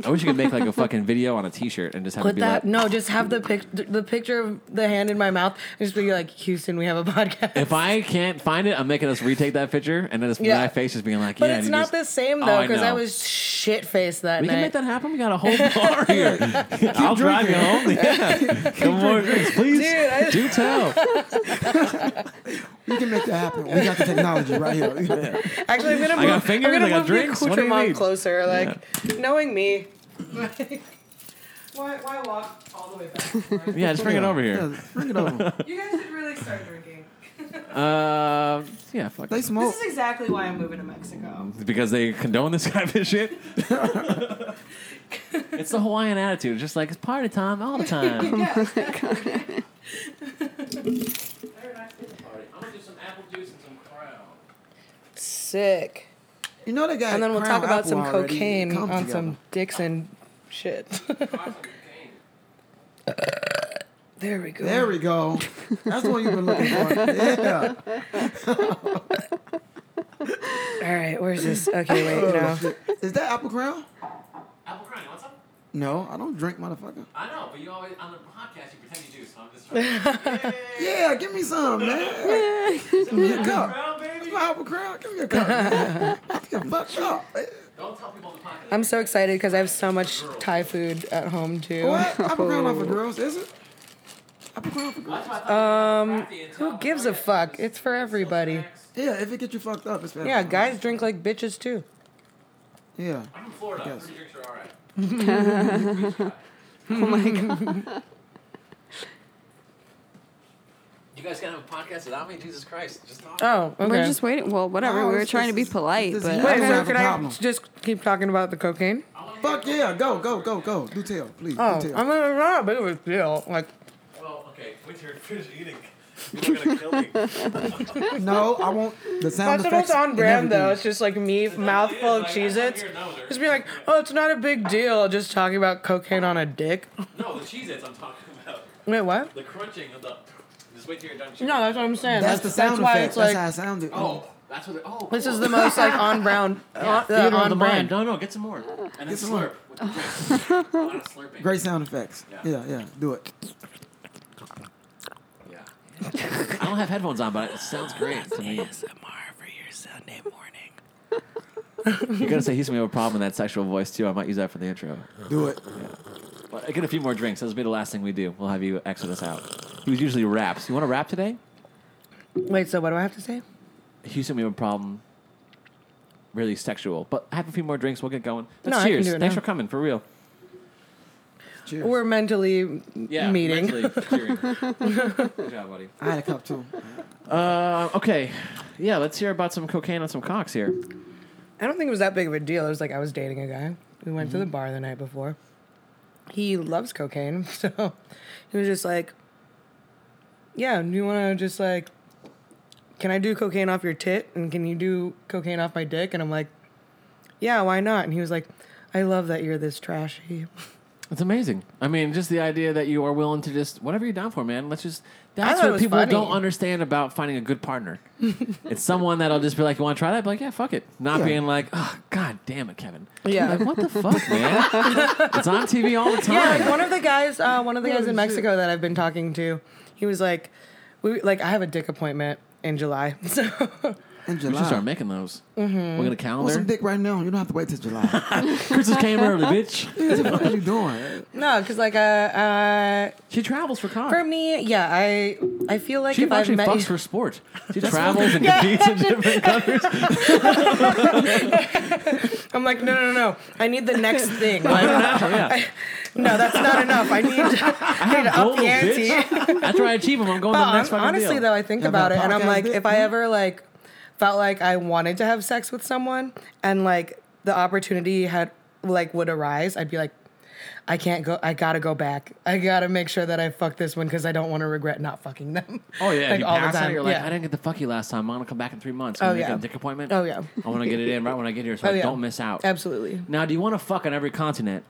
[SPEAKER 3] I wish you could make like a fucking video on a T-shirt and just have it
[SPEAKER 6] Put
[SPEAKER 3] be
[SPEAKER 6] that
[SPEAKER 3] like,
[SPEAKER 6] no, just have the pic the picture of the hand in my mouth and just be like, Houston, we have a podcast.
[SPEAKER 3] "If I can't find it, I'm making us retake that picture," and then it's
[SPEAKER 6] Yeah.
[SPEAKER 3] my face just being like,
[SPEAKER 6] But
[SPEAKER 3] "Yeah."
[SPEAKER 6] it's
[SPEAKER 3] you
[SPEAKER 6] not
[SPEAKER 3] just-
[SPEAKER 6] the same
[SPEAKER 3] Oh,
[SPEAKER 6] though,
[SPEAKER 3] I
[SPEAKER 6] because I,
[SPEAKER 3] know.
[SPEAKER 6] was shit faced that
[SPEAKER 3] We
[SPEAKER 6] night.
[SPEAKER 3] can make that happen. We got a whole bar here. I'll drive you home. Yeah. Come more drinks, please.
[SPEAKER 6] Dude, I-
[SPEAKER 3] Do tell.
[SPEAKER 4] We can make that happen. We got the technology right here.
[SPEAKER 6] Actually, I'm gonna move.
[SPEAKER 3] I got fingers,
[SPEAKER 6] I'm gonna
[SPEAKER 3] I got
[SPEAKER 6] move the
[SPEAKER 3] drinks, what do you
[SPEAKER 6] accoutrement
[SPEAKER 3] need?
[SPEAKER 6] closer. Like knowing me, like, why why walk all the way back?
[SPEAKER 3] Yeah, just bring it over here.
[SPEAKER 4] Yeah, bring it over.
[SPEAKER 6] you guys should really start drinking.
[SPEAKER 3] Uh, yeah, fuck.
[SPEAKER 4] They smoke.
[SPEAKER 6] exactly why I'm moving to Mexico.
[SPEAKER 3] Because they condone this kind of shit. it's the Hawaiian attitude. It's just like it's party time all the time.
[SPEAKER 6] Sick.
[SPEAKER 4] You know they got.
[SPEAKER 6] And then we'll
[SPEAKER 4] Crown
[SPEAKER 6] talk about
[SPEAKER 4] Apple
[SPEAKER 6] some
[SPEAKER 4] already
[SPEAKER 6] cocaine
[SPEAKER 4] come
[SPEAKER 6] on
[SPEAKER 4] together.
[SPEAKER 6] some Dixon shit. there we go.
[SPEAKER 4] There we go. That's what you've been looking for. Yeah.
[SPEAKER 6] All right, where's this? Okay, wait, no.
[SPEAKER 4] Is that apple crown?
[SPEAKER 3] Apple Crown, you want some?
[SPEAKER 4] No, I don't drink, motherfucker.
[SPEAKER 3] I know, but you always on the podcast you pretend you do, so I'm just trying.
[SPEAKER 4] Yeah, give me some, man. give me a cup.
[SPEAKER 3] Crown, baby.
[SPEAKER 4] Apple crown, give me a cup. man. I think I'm fucked up. Eh,
[SPEAKER 3] Don't tell people on the podcast.
[SPEAKER 6] I'm so excited because I have so much Thai food at home too.
[SPEAKER 4] What? Apple crown off of
[SPEAKER 6] Oh.
[SPEAKER 4] girls, is it? Apple crown for girls.
[SPEAKER 6] Um, who gives a fuck? It's for everybody.
[SPEAKER 4] Yeah, if it get you fucked up, it's bad.
[SPEAKER 6] Yeah, guys drink like bitches too.
[SPEAKER 4] Yeah.
[SPEAKER 3] I'm from Florida.
[SPEAKER 4] Yes.
[SPEAKER 3] Pretty drinks are all right. You guys gotta have a podcast without me, Jesus Christ! Just talk.
[SPEAKER 6] Oh, okay.
[SPEAKER 5] We're just waiting. Well, whatever.
[SPEAKER 4] No,
[SPEAKER 5] we were
[SPEAKER 4] it's
[SPEAKER 5] trying to be
[SPEAKER 4] just-
[SPEAKER 5] polite,
[SPEAKER 4] it's
[SPEAKER 5] but
[SPEAKER 4] just-
[SPEAKER 6] Wait,
[SPEAKER 4] I
[SPEAKER 6] so
[SPEAKER 4] have a
[SPEAKER 6] can I
[SPEAKER 4] problem.
[SPEAKER 6] just keep talking about the cocaine?
[SPEAKER 4] Fuck yeah, go, go, go, go. Do tell, please.
[SPEAKER 6] Oh, I
[SPEAKER 4] Do
[SPEAKER 6] mean, it's
[SPEAKER 4] tell.
[SPEAKER 6] not a big of a deal. Like,
[SPEAKER 3] well, okay. Winter, finish eating.
[SPEAKER 7] You're not gonna kill me.
[SPEAKER 4] No, I won't. The sound
[SPEAKER 6] That's almost
[SPEAKER 4] effects.
[SPEAKER 6] on
[SPEAKER 4] and
[SPEAKER 6] brand though.
[SPEAKER 4] everything.
[SPEAKER 6] It's just like me, mouthful of
[SPEAKER 7] Like, I
[SPEAKER 6] Cheez
[SPEAKER 7] don't
[SPEAKER 6] Its.
[SPEAKER 7] hear none of their-
[SPEAKER 6] Just be like, oh, it's not a big deal. Just talking about cocaine on a dick.
[SPEAKER 7] No, the Cheez Its I'm talking about.
[SPEAKER 6] Wait, what?
[SPEAKER 7] The crunching of the. Just wait till you're done chewing.
[SPEAKER 6] No, that's what I'm saying.
[SPEAKER 4] That's, the sound
[SPEAKER 6] why
[SPEAKER 4] effect.
[SPEAKER 6] it's like,
[SPEAKER 4] that's how it sounded.
[SPEAKER 7] Oh, that's what. It, oh,
[SPEAKER 6] this is the most like on brand. on, uh,
[SPEAKER 3] Theater of
[SPEAKER 6] on
[SPEAKER 3] the mind.
[SPEAKER 6] brand.
[SPEAKER 3] No, no, get some more. And then
[SPEAKER 4] some more.
[SPEAKER 3] slurp. With the drink. A lot of slurping.
[SPEAKER 4] Great sound effects. Yeah.
[SPEAKER 7] Yeah.
[SPEAKER 4] yeah, Do it.
[SPEAKER 7] Yeah.
[SPEAKER 3] I don't have headphones on, but it sounds great to me.
[SPEAKER 6] for your Sunday morning.
[SPEAKER 3] You're gonna say he's gonna have a problem with that sexual voice too. I might use that for the intro.
[SPEAKER 4] Do it.
[SPEAKER 3] Well, get a few more drinks. That'll be the last thing we do. We'll have you exit us out. He was usually raps. You want to rap today?
[SPEAKER 6] Wait, so what do I have to say?
[SPEAKER 3] Houston, we have a problem. Really sexual, but have a few more drinks. We'll get going. But
[SPEAKER 6] No, I can
[SPEAKER 3] cheers!
[SPEAKER 6] do it
[SPEAKER 3] Thanks
[SPEAKER 6] now.
[SPEAKER 3] for coming, for real.
[SPEAKER 4] Cheers.
[SPEAKER 6] We're mentally meeting.
[SPEAKER 3] mentally cheering. Good job, buddy.
[SPEAKER 4] I had a cup too.
[SPEAKER 3] Uh, okay, yeah. Let's hear about some cocaine on some cocks here.
[SPEAKER 6] I don't think it was that big of a deal. It was like I was dating a guy. We went to the bar the night before. He loves cocaine, so he was just like, "Yeah, do you want to just like, can I do cocaine off your tit and can you do cocaine off my dick?" And I'm like, "Yeah, why not?" And he was like, "I love that you're this trashy."
[SPEAKER 3] It's amazing. I mean, just the idea that you are willing to just whatever you're down for, man. Let's just. That's
[SPEAKER 6] thought it
[SPEAKER 3] what
[SPEAKER 6] was
[SPEAKER 3] people
[SPEAKER 6] funny.
[SPEAKER 3] don't understand about finding a good partner. it's someone that'll just be like, "You want to try that?" Be like, "Yeah, fuck it." Not
[SPEAKER 4] Yeah.
[SPEAKER 3] being like, "Oh, god damn it, Kevin."
[SPEAKER 6] Yeah.
[SPEAKER 3] Like, what the fuck, man? it's on TV all the time.
[SPEAKER 6] Yeah, like one of the guys, uh, one of the guys in Mexico that I've been talking to, he was like, "We like I have a dick appointment in July, so
[SPEAKER 4] In
[SPEAKER 3] we should start
[SPEAKER 4] July.
[SPEAKER 3] making those.
[SPEAKER 6] Mm-hmm.
[SPEAKER 3] We're gonna
[SPEAKER 4] Want
[SPEAKER 3] calendar.
[SPEAKER 4] some dick right now? You don't have to wait till July.
[SPEAKER 3] Chris's came early, bitch.
[SPEAKER 4] what the fuck are you doing?
[SPEAKER 6] no, because like uh, uh,
[SPEAKER 3] She travels for cock.
[SPEAKER 6] For me, yeah, I I feel like
[SPEAKER 3] she
[SPEAKER 6] if I've
[SPEAKER 3] actually
[SPEAKER 6] met
[SPEAKER 3] fucks
[SPEAKER 6] you,
[SPEAKER 3] for sport. She travels and competes in different countries.
[SPEAKER 6] I'm like, no, no, no, no. I need the next thing. Like,
[SPEAKER 3] Oh, yeah.
[SPEAKER 6] no, that's not enough. I need, I need to up
[SPEAKER 3] Goals,
[SPEAKER 6] the ante.
[SPEAKER 3] bitch. After I achieve them, I'm going to the
[SPEAKER 6] Well,
[SPEAKER 3] next
[SPEAKER 6] hon-
[SPEAKER 3] fucking
[SPEAKER 6] honestly,
[SPEAKER 3] deal.
[SPEAKER 6] though, I think
[SPEAKER 4] Yeah,
[SPEAKER 6] about it,
[SPEAKER 4] about
[SPEAKER 6] and I'm like,
[SPEAKER 4] podcast
[SPEAKER 6] if I ever like felt like I wanted to have sex with someone, and like the opportunity had like would arise, I'd be like, I can't go. I gotta go back. I gotta make sure that I fuck this one because I don't want to regret not fucking them.
[SPEAKER 3] Oh yeah,
[SPEAKER 6] like
[SPEAKER 3] you
[SPEAKER 6] all the
[SPEAKER 3] pass out,
[SPEAKER 6] time.
[SPEAKER 3] You're like,
[SPEAKER 6] Yeah.
[SPEAKER 3] I didn't get the fuck you last time. I'm gonna come back in three months.
[SPEAKER 6] Oh,
[SPEAKER 3] Can oh, make
[SPEAKER 6] yeah.
[SPEAKER 3] a dick appointment.
[SPEAKER 6] Oh, yeah.
[SPEAKER 3] I want to get it in right when I get here, so
[SPEAKER 6] Oh,
[SPEAKER 3] I
[SPEAKER 6] yeah.
[SPEAKER 3] don't miss out.
[SPEAKER 6] Absolutely,
[SPEAKER 3] Now, do you want to fuck on every continent?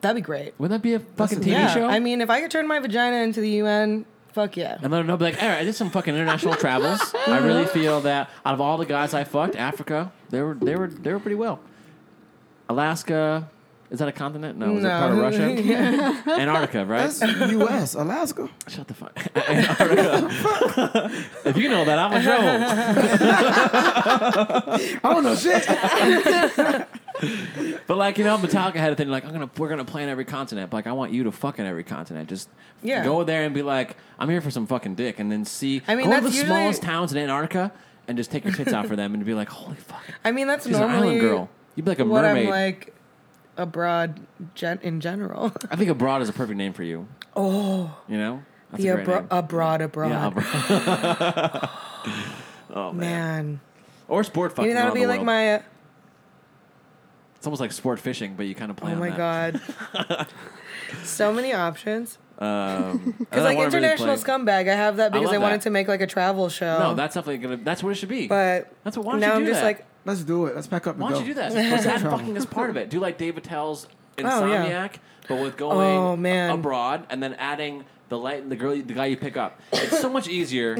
[SPEAKER 6] that'd be great.
[SPEAKER 3] Wouldn't that be a fucking TV
[SPEAKER 6] yeah,
[SPEAKER 3] show?
[SPEAKER 6] I mean, if I could turn my vagina into the UN, fuck yeah.
[SPEAKER 3] and let them know, be like, all right, I did some fucking international travels. I really feel that out of all the guys I fucked, Africa, they were they were they were pretty well. Alaska, is that a continent? No, is it part of Russia? Antarctica, right?
[SPEAKER 4] That's U.S. Alaska.
[SPEAKER 3] Shut the fuck. Antarctica. if you know that, I'm a trouble.
[SPEAKER 4] I don't know shit.
[SPEAKER 3] But like you know, Metallica had a thing like I'm gonna we're gonna play in every continent. But like I want you to fuck in every continent. Just
[SPEAKER 6] Yeah.
[SPEAKER 3] go there and be like I'm here for some fucking dick, and then see.
[SPEAKER 6] I mean,
[SPEAKER 3] go to
[SPEAKER 6] that's
[SPEAKER 3] the
[SPEAKER 6] usually-
[SPEAKER 3] smallest towns in Antarctica and just take your tits out for them and be like, holy fuck,
[SPEAKER 6] I mean, that's
[SPEAKER 3] she's an
[SPEAKER 6] normally
[SPEAKER 3] island girl. You'd be like a
[SPEAKER 6] what
[SPEAKER 3] mermaid.
[SPEAKER 6] I'm like abroad gen- in general.
[SPEAKER 3] I think abroad is a perfect name for you. Oh, you know, that's
[SPEAKER 6] the
[SPEAKER 3] a great
[SPEAKER 6] abro-
[SPEAKER 3] name.
[SPEAKER 6] abroad, abroad,
[SPEAKER 3] yeah, abroad.
[SPEAKER 6] man.
[SPEAKER 3] or sport fucking.
[SPEAKER 6] Maybe that'll
[SPEAKER 3] around
[SPEAKER 6] be
[SPEAKER 3] the
[SPEAKER 6] like
[SPEAKER 3] world.
[SPEAKER 6] my. uh,
[SPEAKER 3] It's almost like sport fishing, but you kind of play
[SPEAKER 6] Oh
[SPEAKER 3] on
[SPEAKER 6] my
[SPEAKER 3] that.
[SPEAKER 6] god, so many options.
[SPEAKER 3] Um,
[SPEAKER 6] Because like international scumbag, I have that because
[SPEAKER 3] love
[SPEAKER 6] I, wanted
[SPEAKER 3] that.
[SPEAKER 6] to make like a travel show.
[SPEAKER 3] No, that's definitely gonna. That's what it should be.
[SPEAKER 6] But
[SPEAKER 3] that's what. Why don't
[SPEAKER 6] now
[SPEAKER 3] you do
[SPEAKER 6] I'm just
[SPEAKER 3] that?
[SPEAKER 6] like,
[SPEAKER 4] Let's do it. Let's pack up and
[SPEAKER 3] Why don't
[SPEAKER 4] go.
[SPEAKER 3] you do that? Because that
[SPEAKER 4] Travel.
[SPEAKER 3] fucking is part of it. Do like David Tell's
[SPEAKER 6] Oh, yeah.
[SPEAKER 3] Insomniac, but with going
[SPEAKER 6] Oh, man.
[SPEAKER 3] abroad and then adding the light, the girl, the guy you pick up. It's so much easier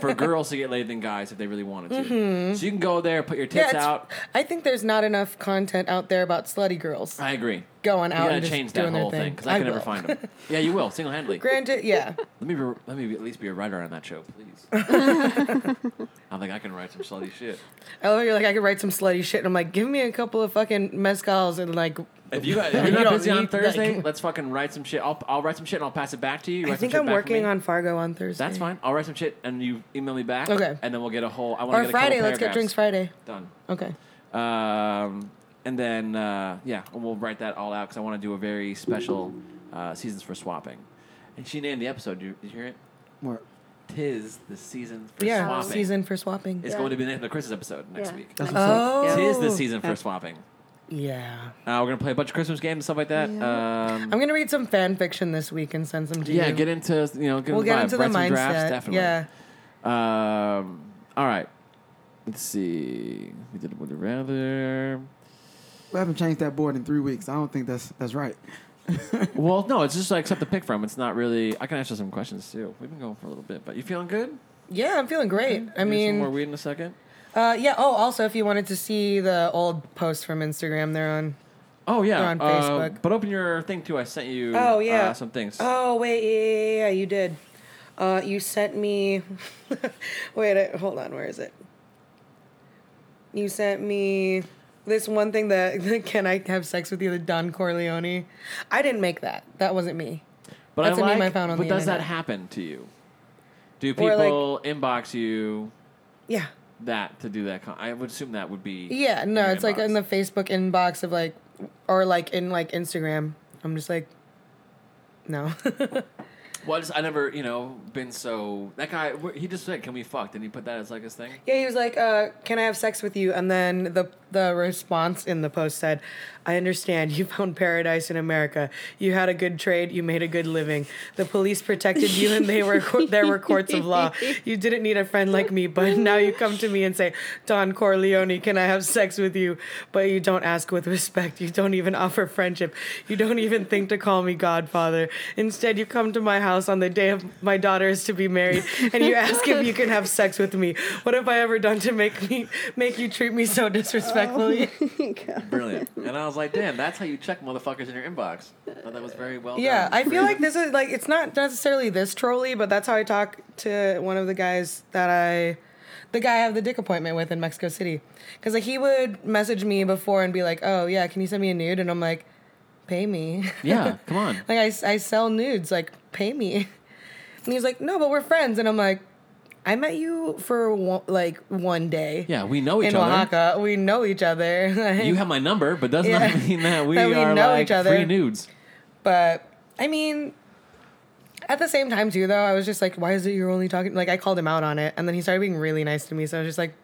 [SPEAKER 3] for girls to get laid than guys if they really wanted to. So you can go there, put your
[SPEAKER 6] Mm-hmm. yeah,
[SPEAKER 3] tits
[SPEAKER 6] it's-
[SPEAKER 3] out.
[SPEAKER 6] I think there's not enough content out there about slutty girls
[SPEAKER 3] I agree.
[SPEAKER 6] going
[SPEAKER 3] Uh, You
[SPEAKER 6] out
[SPEAKER 3] gotta
[SPEAKER 6] and just
[SPEAKER 3] change that
[SPEAKER 6] doing
[SPEAKER 3] whole
[SPEAKER 6] their
[SPEAKER 3] thing
[SPEAKER 6] thing.
[SPEAKER 3] because I, can never
[SPEAKER 6] will.
[SPEAKER 3] find them. Yeah, you will single handedly.
[SPEAKER 6] Granted, yeah.
[SPEAKER 3] Let me be, let me be, at least be a writer on that show, please. I think I can write some slutty shit.
[SPEAKER 6] I love how Oh, you're like, I could write some slutty shit. And I'm like, give me a couple of fucking mezcals and like,
[SPEAKER 3] If you got, if you're
[SPEAKER 6] You
[SPEAKER 3] not
[SPEAKER 6] don't
[SPEAKER 3] busy on
[SPEAKER 6] need, like-
[SPEAKER 3] Thursday, let's fucking write some shit. I'll, I'll write some shit and I'll pass it back to you. You
[SPEAKER 6] I
[SPEAKER 3] write some
[SPEAKER 6] think
[SPEAKER 3] shit
[SPEAKER 6] I'm
[SPEAKER 3] back for me.
[SPEAKER 6] working on Fargo on Thursday.
[SPEAKER 3] That's fine. I'll write some shit and you email me back.
[SPEAKER 6] Okay.
[SPEAKER 3] And then we'll get a whole. I want to
[SPEAKER 6] Or
[SPEAKER 3] get a
[SPEAKER 6] Friday,
[SPEAKER 3] couple
[SPEAKER 6] let's get drinks
[SPEAKER 3] paragraphs.
[SPEAKER 6] Friday.
[SPEAKER 3] Done.
[SPEAKER 6] Okay.
[SPEAKER 3] Um, and then uh, yeah, we'll write that all out because I want to do a very special uh, seasons for swapping. And she named the episode. Did you, did you hear it?
[SPEAKER 4] More.
[SPEAKER 3] Tis the season for
[SPEAKER 6] Yeah,
[SPEAKER 3] swapping.
[SPEAKER 6] season for swapping.
[SPEAKER 3] It's
[SPEAKER 5] Yeah.
[SPEAKER 3] going to be the name of Chris's episode next
[SPEAKER 5] Yeah.
[SPEAKER 3] week.
[SPEAKER 4] That's what's up.
[SPEAKER 6] Oh,
[SPEAKER 3] Tis the season for swapping.
[SPEAKER 6] Yeah.
[SPEAKER 3] Uh, we're gonna play a bunch of Christmas games and stuff like that. Um,
[SPEAKER 6] I'm gonna read some fan fiction this week and send some to
[SPEAKER 3] yeah,
[SPEAKER 6] you.
[SPEAKER 3] get into you know, get
[SPEAKER 6] We'll get
[SPEAKER 3] vibe.
[SPEAKER 6] into the
[SPEAKER 3] Write
[SPEAKER 6] mindset.
[SPEAKER 3] some drafts, definitely.
[SPEAKER 6] Yeah.
[SPEAKER 3] Um, all right. Let's see. We did Would You Rather.
[SPEAKER 4] We haven't changed that board in three weeks. I don't think that's that's right.
[SPEAKER 3] Well, no, it's just like something to pick from. It's not really. I can answer some questions too. We've been going for a little bit, but you feeling good?
[SPEAKER 6] Yeah, I'm feeling great. I
[SPEAKER 3] Get some
[SPEAKER 6] mean,
[SPEAKER 3] more weed in a second.
[SPEAKER 6] uh, yeah. Oh, also, if you wanted to see the old post from Instagram, they're on.
[SPEAKER 3] Oh yeah,
[SPEAKER 6] They're on
[SPEAKER 3] uh,
[SPEAKER 6] Facebook.
[SPEAKER 3] but open your thing too. I sent you.
[SPEAKER 6] Oh yeah,
[SPEAKER 3] uh, some things.
[SPEAKER 6] Oh wait, yeah, yeah, yeah, yeah, you did. Uh, you sent me. wait, I, hold on. Where is it? You sent me this one thing that can I have sex with you? The Don Corleone. I didn't make that. That wasn't me.
[SPEAKER 3] but
[SPEAKER 6] that's
[SPEAKER 3] I
[SPEAKER 6] a
[SPEAKER 3] like.
[SPEAKER 6] meme I found on
[SPEAKER 3] but
[SPEAKER 6] the
[SPEAKER 3] does that
[SPEAKER 6] internet.
[SPEAKER 3] happen to you? Do
[SPEAKER 6] Or, like-
[SPEAKER 3] people inbox you
[SPEAKER 6] Yeah.
[SPEAKER 3] that to do that? Con- I would assume that would be.
[SPEAKER 6] Yeah. No,
[SPEAKER 3] your
[SPEAKER 6] it's like
[SPEAKER 3] inbox.
[SPEAKER 6] in the Facebook inbox of like, or like in like Instagram. I'm just like, no.
[SPEAKER 3] Well, I, just, I never, you know, been so. That guy, wh- he just said, "Can we fuck?" Did he put that as like his thing?
[SPEAKER 6] Yeah, he was like, uh, "Can I have sex with you?" And then the the response in the post said, "I understand. You found paradise in America. You had a good trade. You made a good living. The police protected you, and they were there were courts of law. You didn't need a friend like me, but now you come to me and say, Don Corleone, can I have sex with you? But you don't ask with respect. You don't even offer friendship. You don't even think to call me Godfather. Instead, you come to my house on the day of my daughter is to be married, and you ask if you can have sex with me. What have I ever done to make me make you treat me so disrespectfully?
[SPEAKER 3] Brilliant. and I was like, "Damn, that's how you check motherfuckers in your inbox." I thought that was very well.
[SPEAKER 6] Yeah,
[SPEAKER 3] done.
[SPEAKER 6] I feel like this is like it's not necessarily this trolley, but that's how I talk to one of the guys that I, the guy I have the dick appointment with in Mexico City, because like he would message me before and be like, "Oh yeah, can you send me a nude?" And I'm like, "Pay me."
[SPEAKER 3] Yeah, come on.
[SPEAKER 6] like I, I sell nudes, like pay me. And he's like, "No, but we're friends," and I'm like, "I met you for one, like one day."
[SPEAKER 3] Yeah, we know each
[SPEAKER 6] in
[SPEAKER 3] other.
[SPEAKER 6] Oaxaca, we know each other. like-
[SPEAKER 3] You have my number, but does
[SPEAKER 6] Yeah.
[SPEAKER 3] not mean that we,
[SPEAKER 6] That we
[SPEAKER 3] are
[SPEAKER 6] know
[SPEAKER 3] like
[SPEAKER 6] each other.
[SPEAKER 3] free nudes.
[SPEAKER 6] But I mean, at the same time too, though, I was just like, why is it you're only talking? Like I called him out on it, and then he started being really nice to me. So I was just like,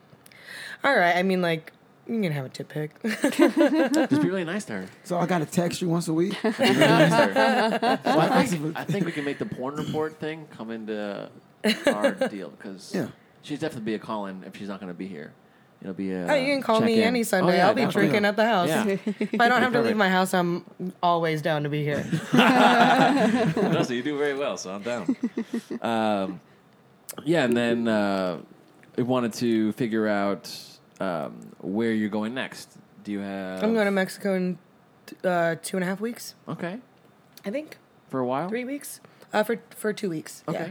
[SPEAKER 6] all right. I mean, like you can have a tip pick.
[SPEAKER 3] Just be really nice to her.
[SPEAKER 4] So I gotta text you once a week.
[SPEAKER 3] Be really nice to her. So I, think, I think we can make the porn report thing come into our deal because
[SPEAKER 4] Yeah.
[SPEAKER 3] she's definitely be a call in if she's not going to be here. It'll be a.
[SPEAKER 6] oh, you can call me
[SPEAKER 3] check-in.
[SPEAKER 6] any
[SPEAKER 3] Oh,
[SPEAKER 6] Sunday.
[SPEAKER 3] yeah,
[SPEAKER 6] I'll be
[SPEAKER 3] definitely.
[SPEAKER 6] drinking at the house.
[SPEAKER 3] Yeah.
[SPEAKER 6] If I don't have to
[SPEAKER 3] Perfect.
[SPEAKER 6] leave my house, I'm always down to be here.
[SPEAKER 3] No, so you do very well, so I'm down. um, yeah, and then uh, I wanted to figure out um, where you're going next. Do you have?
[SPEAKER 6] I'm going to Mexico in uh, two and a half weeks,
[SPEAKER 3] Okay,
[SPEAKER 6] I think,
[SPEAKER 3] for a while.
[SPEAKER 6] three weeks, uh, for for two weeks. Yeah.
[SPEAKER 3] Oh.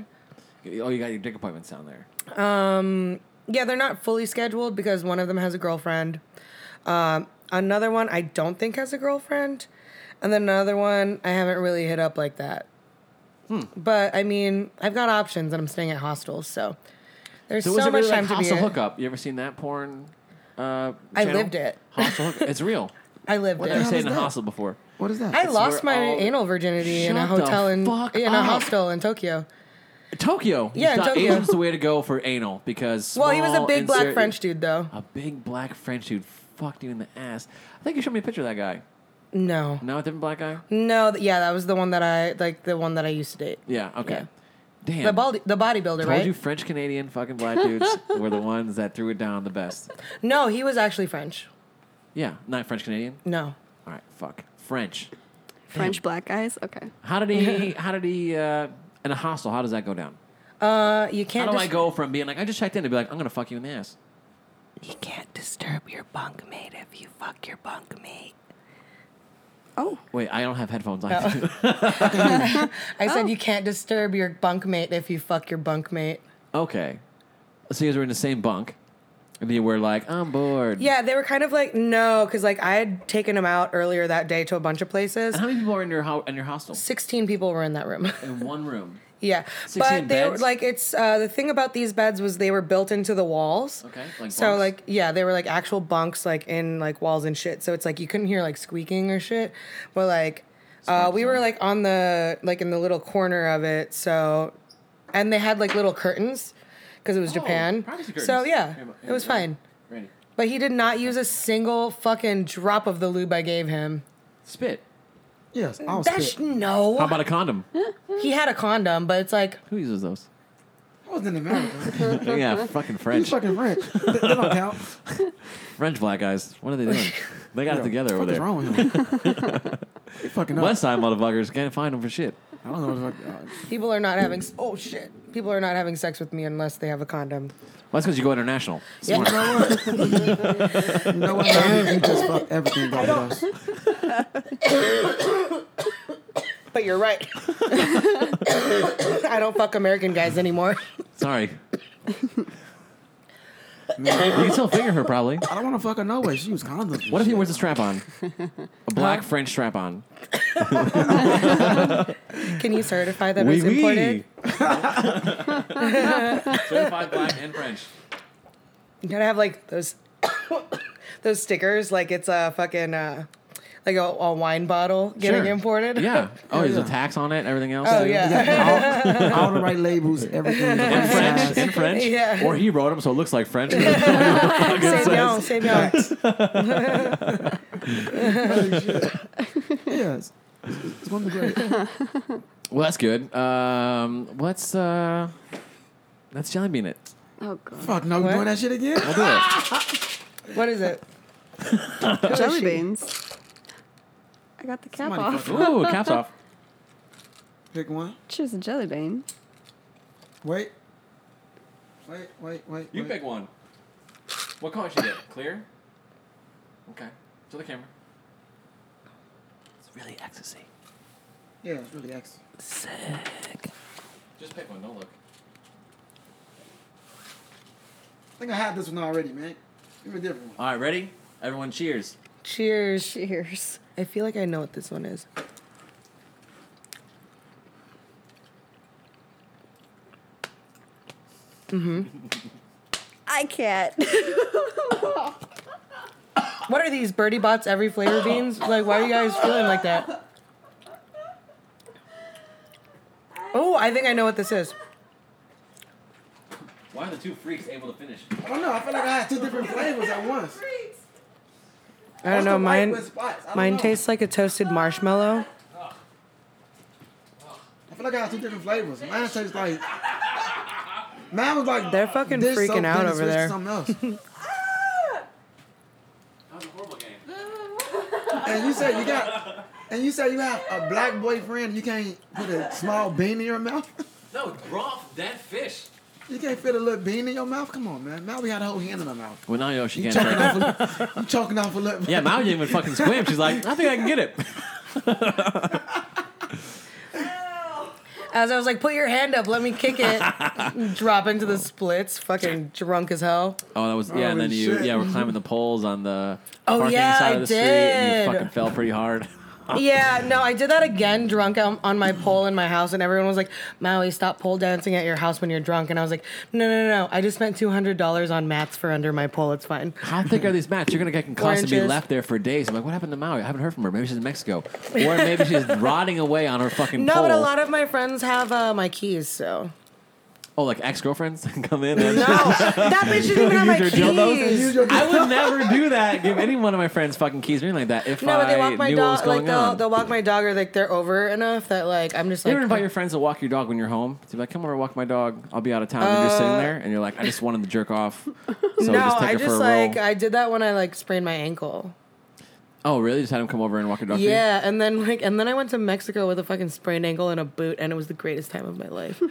[SPEAKER 3] Okay. Oh, you got your dick appointments down there.
[SPEAKER 6] Yeah, they're not fully scheduled because one of them has a girlfriend. Um, another one I don't think has a girlfriend. And then another one I haven't really hit up like that.
[SPEAKER 3] Hmm.
[SPEAKER 6] But I mean, I've got options and I'm staying at hostels, so there's
[SPEAKER 3] So,
[SPEAKER 6] so,
[SPEAKER 3] was it
[SPEAKER 6] much
[SPEAKER 3] really like
[SPEAKER 6] time to be
[SPEAKER 3] hostile
[SPEAKER 6] a-
[SPEAKER 3] hookup? You ever seen that porn? Uh,
[SPEAKER 6] I
[SPEAKER 3] channel?
[SPEAKER 6] lived it.
[SPEAKER 3] Hostile hookup. It's real.
[SPEAKER 6] I lived
[SPEAKER 3] What
[SPEAKER 6] it.
[SPEAKER 3] I've
[SPEAKER 4] hell
[SPEAKER 3] stayed
[SPEAKER 4] is
[SPEAKER 3] in a
[SPEAKER 4] that?
[SPEAKER 3] hostel before.
[SPEAKER 4] What is that?
[SPEAKER 6] I lost
[SPEAKER 3] where
[SPEAKER 6] my
[SPEAKER 3] all-
[SPEAKER 6] anal virginity in a
[SPEAKER 3] Shut the
[SPEAKER 6] hotel in
[SPEAKER 3] fuck
[SPEAKER 6] in a
[SPEAKER 3] up.
[SPEAKER 6] hostel in Tokyo.
[SPEAKER 3] Tokyo.
[SPEAKER 6] Yeah, in
[SPEAKER 3] Stop-
[SPEAKER 6] Tokyo.
[SPEAKER 3] Asian's the way to go for anal because.
[SPEAKER 6] Well, he was a
[SPEAKER 3] small
[SPEAKER 6] big
[SPEAKER 3] and
[SPEAKER 6] black
[SPEAKER 3] seri-
[SPEAKER 6] French dude though.
[SPEAKER 3] A big black French dude fucked you in the ass. I think you showed me a picture of that guy.
[SPEAKER 6] No.
[SPEAKER 3] No, a different black guy.
[SPEAKER 6] No, th- yeah, that was the one that I like the one that I used to date.
[SPEAKER 3] Yeah. Okay.
[SPEAKER 6] Yeah.
[SPEAKER 3] Damn.
[SPEAKER 6] The baldy, the bodybuilder,
[SPEAKER 3] Told
[SPEAKER 6] right?
[SPEAKER 3] you French Canadian fucking black dudes were the ones that threw it down the best.
[SPEAKER 6] No, he was actually French.
[SPEAKER 3] Yeah, not French Canadian.
[SPEAKER 6] No.
[SPEAKER 3] All right, fuck French.
[SPEAKER 5] French black guys? Okay.
[SPEAKER 3] How did he? How did he? Uh, in a hostel, how does that go down?
[SPEAKER 6] Uh, you
[SPEAKER 3] How
[SPEAKER 6] can't.
[SPEAKER 3] do I
[SPEAKER 6] just-
[SPEAKER 3] go from being like I just checked in to be like I'm gonna fuck you in the ass?
[SPEAKER 1] You can't disturb your bunkmate if you fuck your bunkmate.
[SPEAKER 3] Wait, I don't have headphones. I have to-
[SPEAKER 6] I said you can't disturb your bunkmate if you fuck your bunkmate.
[SPEAKER 3] okay, so you guys were in the same bunk, and you were like I'm bored.
[SPEAKER 6] Yeah, they were kind of like no, because like I had taken him out earlier that day to a bunch of places.
[SPEAKER 3] And how many people are in your ho- in your hostel?
[SPEAKER 6] Sixteen people were in that room.
[SPEAKER 3] In one room.
[SPEAKER 6] yeah,
[SPEAKER 3] 16
[SPEAKER 6] but they were
[SPEAKER 3] beds?
[SPEAKER 6] like it's uh, the thing about these beds was they were built into the walls.
[SPEAKER 3] Okay, like
[SPEAKER 6] so
[SPEAKER 3] bunks?
[SPEAKER 6] like yeah, they were like actual bunks like in like walls and shit. So it's like you couldn't hear like squeaking or shit, but like. Uh, we were like on the like in the little corner of it, so and they had like little curtains because it was Japan.
[SPEAKER 3] Oh, privacy
[SPEAKER 6] So
[SPEAKER 3] curtains.
[SPEAKER 6] yeah,
[SPEAKER 3] Yeah, but-
[SPEAKER 6] it was
[SPEAKER 3] yeah.
[SPEAKER 6] fine.
[SPEAKER 3] Randy.
[SPEAKER 6] But he did not use a single fucking drop of the lube I gave him.
[SPEAKER 3] Spit.
[SPEAKER 4] Yes, I'll
[SPEAKER 6] That's
[SPEAKER 4] spit.
[SPEAKER 6] no.
[SPEAKER 3] Oh, How about a condom?
[SPEAKER 6] he had a condom, but it's like
[SPEAKER 3] Who uses those?
[SPEAKER 4] I was in America.
[SPEAKER 3] yeah, fucking
[SPEAKER 4] You
[SPEAKER 3] French.
[SPEAKER 4] fucking French. That that don't count.
[SPEAKER 3] French black guys. What are they doing? They got it together over
[SPEAKER 4] What the fuck is
[SPEAKER 3] there.
[SPEAKER 4] wrong with him? you fucking up.
[SPEAKER 3] West Side motherfuckers can't find them for shit.
[SPEAKER 4] I don't know what the fuck. uh,
[SPEAKER 6] people are not having. s- Oh shit! People are not having sex with me unless they have a condom.
[SPEAKER 3] Well, that's because you go international.
[SPEAKER 6] Yeah.
[SPEAKER 3] Smart.
[SPEAKER 4] You know what? Naomi? You just fucked everything up with us.
[SPEAKER 6] But you're right. I don't fuck American guys anymore.
[SPEAKER 3] Sorry. you can still finger her probably.
[SPEAKER 4] I don't want to fuck her no way. She was condoms.
[SPEAKER 3] What if he wears a strap on? A black French strap on.
[SPEAKER 6] Can you certify that it's imported?
[SPEAKER 3] Certified black and French.
[SPEAKER 6] You gotta have like those those stickers, like it's a fucking uh, like a, a wine bottle getting
[SPEAKER 3] Sure.
[SPEAKER 6] imported.
[SPEAKER 3] Yeah. Oh, there's
[SPEAKER 4] yeah.
[SPEAKER 3] a tax on it. Everything else.
[SPEAKER 6] Oh yeah.
[SPEAKER 4] all, all the right labels, everything. The
[SPEAKER 3] In
[SPEAKER 4] right
[SPEAKER 3] French.
[SPEAKER 4] size.
[SPEAKER 3] In French.
[SPEAKER 6] Yeah.
[SPEAKER 3] Or he wrote them, so it looks like French.
[SPEAKER 6] Save no, save no.
[SPEAKER 4] Yes. It's going to be great.
[SPEAKER 3] well, that's good. Um, let's uh, let's jelly bean it.
[SPEAKER 5] Oh god.
[SPEAKER 4] Fuck, no, we
[SPEAKER 6] What?
[SPEAKER 4] doing that shit again?
[SPEAKER 3] We'll do it.
[SPEAKER 6] What is it?
[SPEAKER 5] Jelly beans. I got the cap
[SPEAKER 4] Somebody
[SPEAKER 5] off.
[SPEAKER 4] fucking-
[SPEAKER 3] Ooh, caps off.
[SPEAKER 4] Pick one.
[SPEAKER 5] Choose a jelly bean.
[SPEAKER 4] Wait. Wait, wait, wait.
[SPEAKER 3] You
[SPEAKER 4] wait.
[SPEAKER 3] pick one. What color should you get? Clear? Okay. To the camera.
[SPEAKER 1] It's really ecstasy.
[SPEAKER 4] Yeah, it's really excellent.
[SPEAKER 1] Sick.
[SPEAKER 3] Just pick one, don't look.
[SPEAKER 4] I think I had this one already, man. Give me a different one.
[SPEAKER 3] All right, ready? Everyone, cheers.
[SPEAKER 6] Cheers.
[SPEAKER 5] Cheers.
[SPEAKER 6] I feel like I know what this one is.
[SPEAKER 5] I can't.
[SPEAKER 6] What are these Birdie Bots every flavor beans? Like, why are you guys feeling like that? Oh, I think I know what this is.
[SPEAKER 3] Why are the two freaks able to finish?
[SPEAKER 4] I don't know. I feel like I had two different flavors at once.
[SPEAKER 6] I don't
[SPEAKER 4] Oh, the
[SPEAKER 6] know.
[SPEAKER 4] white
[SPEAKER 6] Mine,
[SPEAKER 4] with spots? I don't
[SPEAKER 6] mine
[SPEAKER 4] know.
[SPEAKER 6] tastes like a toasted marshmallow.
[SPEAKER 4] I feel like I had two different flavors. Mine tastes like. Mine was like.
[SPEAKER 6] They're fucking
[SPEAKER 4] this
[SPEAKER 6] freaking
[SPEAKER 4] soap,
[SPEAKER 6] out
[SPEAKER 4] then it
[SPEAKER 6] over
[SPEAKER 4] switched to
[SPEAKER 6] there.
[SPEAKER 4] Something else.
[SPEAKER 7] That was a horrible game.
[SPEAKER 4] And you said you got, and you said you have a black boyfriend. You can't put a small bean in your mouth.
[SPEAKER 7] No, broth dead fish.
[SPEAKER 4] You can't fit a little bean in your mouth. Come on, man. Now we got a whole hand in our mouth.
[SPEAKER 3] Well, now you know she
[SPEAKER 4] You
[SPEAKER 3] can't.
[SPEAKER 4] choking
[SPEAKER 3] drink.
[SPEAKER 4] off a, you choking off a little.
[SPEAKER 3] yeah, Mao didn't even fucking swim. She's like, I think I can get it.
[SPEAKER 6] As I was like, put your hand up, let me kick it. Drop into the splits, fucking drunk as hell.
[SPEAKER 3] Oh, that was yeah. and then
[SPEAKER 4] Holy
[SPEAKER 3] you
[SPEAKER 4] shit.
[SPEAKER 3] yeah were climbing the poles on the
[SPEAKER 6] Oh,
[SPEAKER 3] parking
[SPEAKER 6] yeah,
[SPEAKER 3] side
[SPEAKER 6] I
[SPEAKER 3] of the street and
[SPEAKER 6] did.
[SPEAKER 3] you fucking fell pretty hard.
[SPEAKER 6] Yeah, no, I did that again, drunk on, on my pole in my house, and everyone was like, "Maui, stop pole dancing at your house when you're drunk." And I was like, "No, no, no, no! I just spent two hundred dollars on mats for under my pole. It's fine."
[SPEAKER 3] How thick are these mats? You're gonna get concussed and be
[SPEAKER 6] Oranges.
[SPEAKER 3] left there for days. I'm like, what happened to Maui? I haven't heard from her. Maybe she's in Mexico, or maybe she's rotting away on her fucking
[SPEAKER 6] No,
[SPEAKER 3] pole.
[SPEAKER 6] but a lot of my friends have uh, my keys, so
[SPEAKER 3] oh, like ex girlfriends come in. And
[SPEAKER 6] no, that bitch didn't even have my
[SPEAKER 3] Oh. Use your
[SPEAKER 6] keys.
[SPEAKER 3] dildos? I would never do that. Give any one of my friends fucking keys or anything like that. If
[SPEAKER 6] No, but they
[SPEAKER 3] I
[SPEAKER 6] walk my
[SPEAKER 3] knew what was
[SPEAKER 6] dog.
[SPEAKER 3] going
[SPEAKER 6] Like
[SPEAKER 3] on.
[SPEAKER 6] they'll, they'll walk my dog, or like they're over enough that like I'm just
[SPEAKER 3] you
[SPEAKER 6] like.
[SPEAKER 3] ever invite your friends to walk your dog when you're home? To be like, come over, walk my dog. I'll be out of town. and you're just sitting there, and you're like, I just wanted to jerk off. So we
[SPEAKER 6] Uh, no,
[SPEAKER 3] just take
[SPEAKER 6] I
[SPEAKER 3] her for a
[SPEAKER 6] just like uh,
[SPEAKER 3] roll.
[SPEAKER 6] I did that when I like sprained my ankle.
[SPEAKER 3] oh, really? Just had him come over and walk your dog. for you?
[SPEAKER 6] Yeah, and then like, and then I went to Mexico with a fucking sprained ankle and a boot, and it was the greatest time of my life.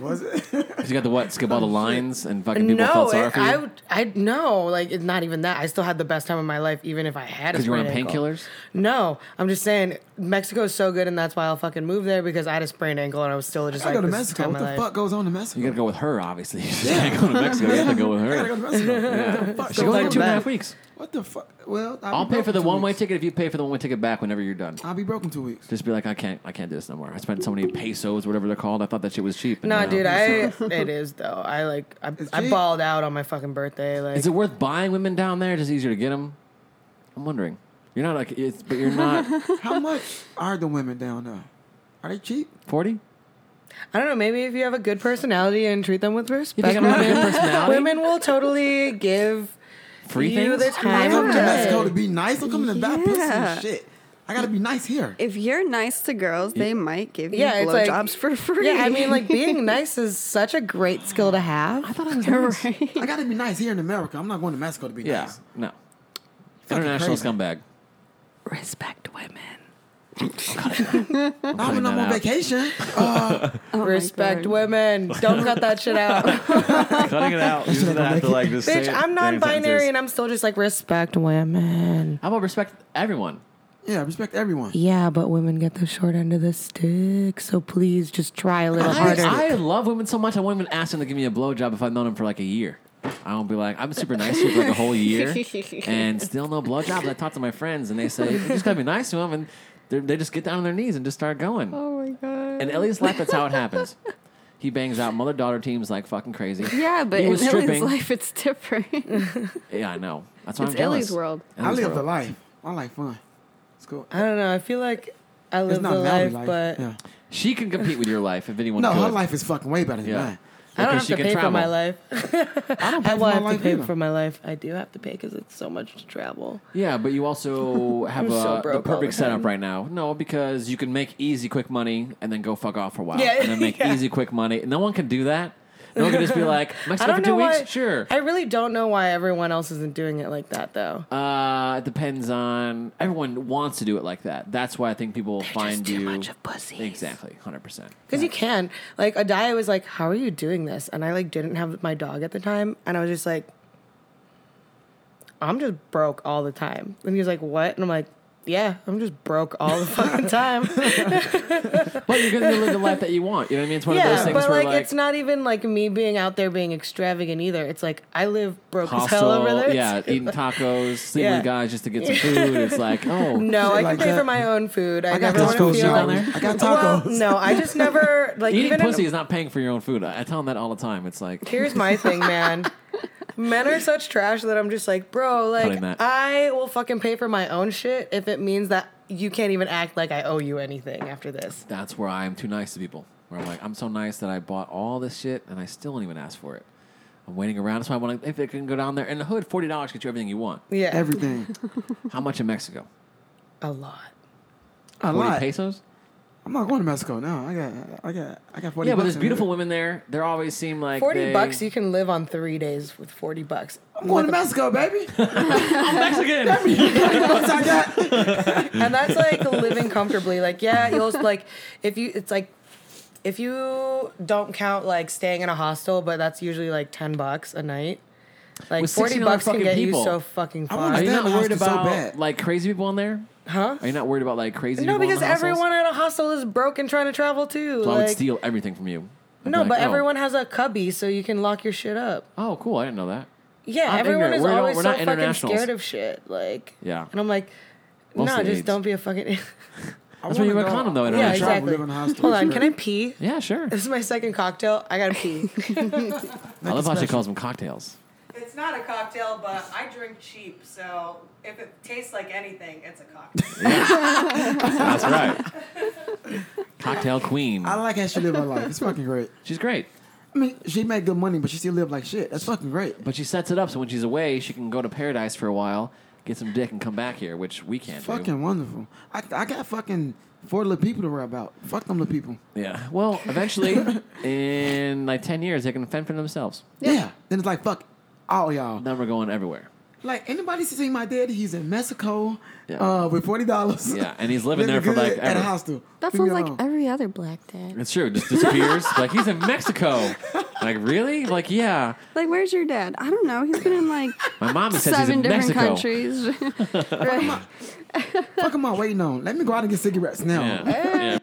[SPEAKER 4] Was it?
[SPEAKER 3] Because you got the what? Skip all the lines and fucking people
[SPEAKER 6] no,
[SPEAKER 3] felt
[SPEAKER 6] it,
[SPEAKER 3] sorry for
[SPEAKER 6] I,
[SPEAKER 3] you.
[SPEAKER 6] would- I no, like it's not even that. I still had the best time of my life, even if I had. a
[SPEAKER 3] Because you were on
[SPEAKER 6] sprained ankle.
[SPEAKER 3] painkillers.
[SPEAKER 6] No, I'm just saying Mexico is so good, and that's why I'll fucking move there because I had a sprained ankle and I was still just
[SPEAKER 4] I
[SPEAKER 6] like
[SPEAKER 4] go to
[SPEAKER 6] this is
[SPEAKER 4] Mexico.
[SPEAKER 6] time
[SPEAKER 4] What
[SPEAKER 6] of
[SPEAKER 4] the
[SPEAKER 6] my life.
[SPEAKER 4] fuck goes on in
[SPEAKER 3] You
[SPEAKER 4] Mexico?
[SPEAKER 3] gotta go with her, obviously. You just can't go to Mexico. You have to go with
[SPEAKER 4] I gotta
[SPEAKER 3] her.
[SPEAKER 4] go to Mexico. What the
[SPEAKER 3] She goes
[SPEAKER 4] fuck? goes
[SPEAKER 3] like
[SPEAKER 4] on?
[SPEAKER 3] two and a half weeks.
[SPEAKER 4] What the fuck? Well, I'll,
[SPEAKER 3] I'll
[SPEAKER 4] be
[SPEAKER 3] pay
[SPEAKER 4] broke
[SPEAKER 3] for
[SPEAKER 4] in
[SPEAKER 3] the
[SPEAKER 4] two
[SPEAKER 3] one way
[SPEAKER 4] weeks.
[SPEAKER 3] ticket if you pay for the one way ticket back whenever you're done.
[SPEAKER 4] I'll be broke in two weeks.
[SPEAKER 3] Just be like, I can't, I can't do this no more. I spent so many pesos, whatever they're called. I thought that shit was cheap. and
[SPEAKER 6] Nah,
[SPEAKER 3] now-
[SPEAKER 6] dude, I it is though. I like I,
[SPEAKER 4] It's
[SPEAKER 6] I
[SPEAKER 4] cheap.
[SPEAKER 6] balled out on my fucking birthday. Like
[SPEAKER 3] Is it worth buying women down there? Just easier to get them. I'm wondering. You're not like, it's, but you're not
[SPEAKER 4] How much are the women down there? Are they cheap?
[SPEAKER 3] forty.
[SPEAKER 6] I don't know. Maybe if you have a good personality and treat them with
[SPEAKER 3] You think
[SPEAKER 6] respect,
[SPEAKER 3] I'm not a good
[SPEAKER 6] women,
[SPEAKER 3] personality?
[SPEAKER 6] women will totally give
[SPEAKER 3] Free
[SPEAKER 6] you
[SPEAKER 3] things?
[SPEAKER 6] the time
[SPEAKER 4] Come
[SPEAKER 6] of
[SPEAKER 4] to
[SPEAKER 5] Yeah.
[SPEAKER 4] Mexico to be nice. I'm coming to bad pussy
[SPEAKER 5] Yeah.
[SPEAKER 4] and shit. I gotta be nice here.
[SPEAKER 5] If you're nice to girls, they might give you
[SPEAKER 6] Yeah, it's like-
[SPEAKER 5] blowjobs for free.
[SPEAKER 6] Yeah, I mean, like being nice is such a great skill to have. I thought
[SPEAKER 5] right.
[SPEAKER 4] I gotta be nice here in America. I'm not going to Mexico to be
[SPEAKER 3] Yeah.
[SPEAKER 4] nice.
[SPEAKER 3] No. International
[SPEAKER 4] crazy.
[SPEAKER 3] scumbag.
[SPEAKER 1] Respect women.
[SPEAKER 4] Not when
[SPEAKER 3] Clean
[SPEAKER 4] I'm
[SPEAKER 3] that
[SPEAKER 4] on
[SPEAKER 3] out.
[SPEAKER 4] vacation.
[SPEAKER 6] respect
[SPEAKER 5] Oh God.
[SPEAKER 6] women. Don't cut that shit out,
[SPEAKER 3] Cutting it out. You're gonna have to like just
[SPEAKER 6] bitch.
[SPEAKER 3] say it
[SPEAKER 6] I'm
[SPEAKER 3] in sentences.
[SPEAKER 6] non-binary and I'm still just like respect women.
[SPEAKER 3] How about respect everyone?
[SPEAKER 4] yeah, respect everyone.
[SPEAKER 6] Yeah, but women get the short end of the stick, so please just try a little
[SPEAKER 3] I,
[SPEAKER 6] harder.
[SPEAKER 3] I love women so much. I won't even ask them to give me a blowjob if I've known them for like a year. I won't be like, I'm super nice to you for like a whole year and still no blowjobs. I talk to my friends and they say, you just gotta be nice to them. And they're- they just get down on their knees and just start going.
[SPEAKER 5] Oh my god.
[SPEAKER 3] And Elliot's life, that's how it happens. He bangs out mother daughter teams like fucking crazy.
[SPEAKER 5] yeah, but
[SPEAKER 3] he
[SPEAKER 5] in
[SPEAKER 3] was
[SPEAKER 5] Ellie's
[SPEAKER 3] stripping.
[SPEAKER 5] life, it's different.
[SPEAKER 3] Yeah, I know. That's why
[SPEAKER 5] It's
[SPEAKER 3] I'm jealous.
[SPEAKER 5] Ellie's world.
[SPEAKER 4] I
[SPEAKER 3] Ellie's
[SPEAKER 4] live the
[SPEAKER 3] world.
[SPEAKER 4] life. I like fun. It's cool.
[SPEAKER 6] I don't know. I feel like I
[SPEAKER 4] It's
[SPEAKER 6] live the
[SPEAKER 4] not Mallory
[SPEAKER 6] life,
[SPEAKER 4] life,
[SPEAKER 6] but
[SPEAKER 4] yeah.
[SPEAKER 3] She can compete with your life if anyone
[SPEAKER 4] no,
[SPEAKER 3] could.
[SPEAKER 4] her life is fucking way better than
[SPEAKER 3] Yeah.
[SPEAKER 4] mine.
[SPEAKER 6] I don't
[SPEAKER 3] Because
[SPEAKER 6] have
[SPEAKER 3] she
[SPEAKER 6] to
[SPEAKER 3] can
[SPEAKER 6] pay for my
[SPEAKER 3] travel.
[SPEAKER 6] life.
[SPEAKER 4] I don't pay
[SPEAKER 6] I
[SPEAKER 4] for
[SPEAKER 6] will
[SPEAKER 4] my
[SPEAKER 6] have to
[SPEAKER 4] life
[SPEAKER 6] pay
[SPEAKER 4] either.
[SPEAKER 6] for my life. I do have to pay because it's so much to travel.
[SPEAKER 3] Yeah, but you also have
[SPEAKER 6] I'm so
[SPEAKER 3] a,
[SPEAKER 6] broke
[SPEAKER 3] the
[SPEAKER 6] all
[SPEAKER 3] perfect
[SPEAKER 6] the
[SPEAKER 3] setup
[SPEAKER 6] time.
[SPEAKER 3] right now. No, because you can make easy, quick money and then go fuck off for a while.
[SPEAKER 6] Yeah,
[SPEAKER 3] and then make
[SPEAKER 6] yeah.
[SPEAKER 3] easy, quick money. No one can do that. No one can just be like, Mexico for two
[SPEAKER 6] why.
[SPEAKER 3] weeks? Sure.
[SPEAKER 6] I really don't know why everyone else isn't doing it like that though.
[SPEAKER 3] Uh, it depends on everyone wants to do it like that. That's why I think people will find
[SPEAKER 1] too
[SPEAKER 3] you
[SPEAKER 1] much of pussies.
[SPEAKER 3] Exactly, hundred percent.
[SPEAKER 6] Because you can. Like Adaya was like, "How are you doing this?" And I like didn't have my dog at the time, and I was just like, "I'm just broke all the time." And he was like, "What?" And I'm like, "Yeah, I'm just broke all the fucking time."
[SPEAKER 3] But you're gonna live the life that you want. You know what I mean? It's one of those
[SPEAKER 6] yeah,
[SPEAKER 3] things
[SPEAKER 6] but
[SPEAKER 3] where
[SPEAKER 6] like, it's not even like me being out there being extravagant either. It's like I live broke as hell
[SPEAKER 3] hostel.
[SPEAKER 6] over there.
[SPEAKER 3] Yeah, eating tacos, sleeping
[SPEAKER 6] Yeah.
[SPEAKER 3] with guys just to get some food. It's like, oh,
[SPEAKER 6] No, I can
[SPEAKER 4] like
[SPEAKER 6] pay
[SPEAKER 4] that.
[SPEAKER 6] for my own food. I,
[SPEAKER 4] I got
[SPEAKER 6] never want to
[SPEAKER 4] tacos
[SPEAKER 6] feel.
[SPEAKER 4] down there. I got tacos.
[SPEAKER 6] Well, no, I just never like
[SPEAKER 3] Eating
[SPEAKER 6] even in-
[SPEAKER 3] pussy is not paying for your own food. I, I tell them that all the time. It's like
[SPEAKER 6] Here's my thing, man. Men are such trash that I'm just like, bro, like
[SPEAKER 3] Cutting that.
[SPEAKER 6] I will fucking pay for my own shit if it means that you can't even act like I owe you anything after this.
[SPEAKER 3] that's where I am too nice to people. Where I'm like, I'm so nice that I bought all this shit and I still don't even ask for it. I'm waiting around. That's why I want to, if it can go down there. In the hood, $40 gets you everything you want.
[SPEAKER 6] Yeah.
[SPEAKER 4] Everything.
[SPEAKER 3] How much in Mexico?
[SPEAKER 6] a lot.
[SPEAKER 4] A
[SPEAKER 3] 40
[SPEAKER 4] lot.
[SPEAKER 3] pesos?
[SPEAKER 4] I'm not going to Mexico. No, I got, I got, I got 40
[SPEAKER 3] Yeah, but
[SPEAKER 4] bucks
[SPEAKER 3] there's
[SPEAKER 4] in
[SPEAKER 3] beautiful
[SPEAKER 4] there.
[SPEAKER 3] women there. They always seem like.
[SPEAKER 6] 40
[SPEAKER 3] they-
[SPEAKER 6] bucks, you can live on three days with 40 bucks.
[SPEAKER 4] I'm going to Mexico, baby.
[SPEAKER 3] I'm Mexican!
[SPEAKER 4] That's I got.
[SPEAKER 6] And that's like living comfortably. Like, yeah, you'll like, if you, it's like, if you don't count like staying in a hostel, but that's usually like 10 bucks a night. Like
[SPEAKER 3] With
[SPEAKER 6] 40
[SPEAKER 3] 16
[SPEAKER 6] bucks
[SPEAKER 3] other
[SPEAKER 6] can get
[SPEAKER 3] fucking people.
[SPEAKER 6] you so fucking
[SPEAKER 4] I
[SPEAKER 6] far.
[SPEAKER 4] wanna
[SPEAKER 3] Are you
[SPEAKER 4] Damn,
[SPEAKER 3] not
[SPEAKER 4] the
[SPEAKER 3] worried
[SPEAKER 4] hostel's so
[SPEAKER 3] about
[SPEAKER 4] bad.
[SPEAKER 3] like crazy people in there?
[SPEAKER 6] Huh?
[SPEAKER 3] Are you not worried about like crazy
[SPEAKER 6] No,
[SPEAKER 3] people? in
[SPEAKER 6] because
[SPEAKER 3] the hostels?
[SPEAKER 6] everyone at a hostel is broke and trying to travel too.
[SPEAKER 3] So I would
[SPEAKER 6] like-
[SPEAKER 3] steal everything from you. I'd be
[SPEAKER 6] No,
[SPEAKER 3] like,
[SPEAKER 6] but
[SPEAKER 3] oh.
[SPEAKER 6] everyone has a cubby, so you can lock your shit up.
[SPEAKER 3] Oh, cool. I didn't know that.
[SPEAKER 6] Yeah,
[SPEAKER 3] I'm
[SPEAKER 6] everyone
[SPEAKER 3] ignorant.
[SPEAKER 6] is
[SPEAKER 3] We're not-
[SPEAKER 6] always
[SPEAKER 3] we're
[SPEAKER 6] so
[SPEAKER 3] not
[SPEAKER 6] fucking
[SPEAKER 3] internationals.
[SPEAKER 6] scared of shit. Like,
[SPEAKER 3] Yeah.
[SPEAKER 6] and I'm like,
[SPEAKER 3] Mostly
[SPEAKER 6] no, just
[SPEAKER 3] AIDS.
[SPEAKER 6] don't be a fucking.
[SPEAKER 4] I
[SPEAKER 3] That's why you
[SPEAKER 4] wanna
[SPEAKER 3] wear a
[SPEAKER 4] go-
[SPEAKER 3] condom, though, in
[SPEAKER 4] wanna
[SPEAKER 6] yeah,
[SPEAKER 3] International.
[SPEAKER 4] travel,
[SPEAKER 6] exactly.
[SPEAKER 4] live in a hostel.
[SPEAKER 6] Hold on,
[SPEAKER 4] It's
[SPEAKER 6] can I
[SPEAKER 4] great.
[SPEAKER 6] pee?
[SPEAKER 3] Yeah, sure.
[SPEAKER 6] This is my second cocktail. I gotta pee.
[SPEAKER 3] I love how she
[SPEAKER 4] special.
[SPEAKER 3] calls them cocktails.
[SPEAKER 6] it's not a cocktail, but I drink cheap, so if it tastes like anything, it's a cocktail.
[SPEAKER 3] That's right. Cocktail queen.
[SPEAKER 4] I like how she live her life. It's fucking great.
[SPEAKER 3] She's great,
[SPEAKER 4] I mean, she made good money, but she still live like shit. That's fucking great.
[SPEAKER 3] but she sets it up so when she's away, she can go to paradise for a while, get some dick, and come back here, which we can't
[SPEAKER 4] Fucking wonderful. I, I got fucking four little people to worry about. Fuck them little people.
[SPEAKER 3] do. Yeah. Well, eventually, in like ten years, they can fend for themselves.
[SPEAKER 4] Yeah. Then it's like fuck all y'all.
[SPEAKER 3] Then we're going everywhere.
[SPEAKER 4] Like anybody seen my dad? He's in Mexico
[SPEAKER 3] Yeah.
[SPEAKER 4] uh, with forty dollars.
[SPEAKER 3] Yeah, and he's living there for, like,
[SPEAKER 4] at
[SPEAKER 3] ever.
[SPEAKER 4] a hostel.
[SPEAKER 5] that
[SPEAKER 4] Leave me
[SPEAKER 5] sounds like
[SPEAKER 4] alone.
[SPEAKER 5] every other black dad.
[SPEAKER 3] It's true. Just disappears. like he's in Mexico. Like really? Like yeah.
[SPEAKER 5] Like, where's your dad? I don't know. He's been in like
[SPEAKER 3] My mom says he's
[SPEAKER 5] seven
[SPEAKER 3] in
[SPEAKER 5] different
[SPEAKER 3] Mexico.
[SPEAKER 5] countries. right.
[SPEAKER 4] fuck am I waiting on? Let me go out and get cigarettes now.
[SPEAKER 5] Oh.
[SPEAKER 3] Yeah. yeah.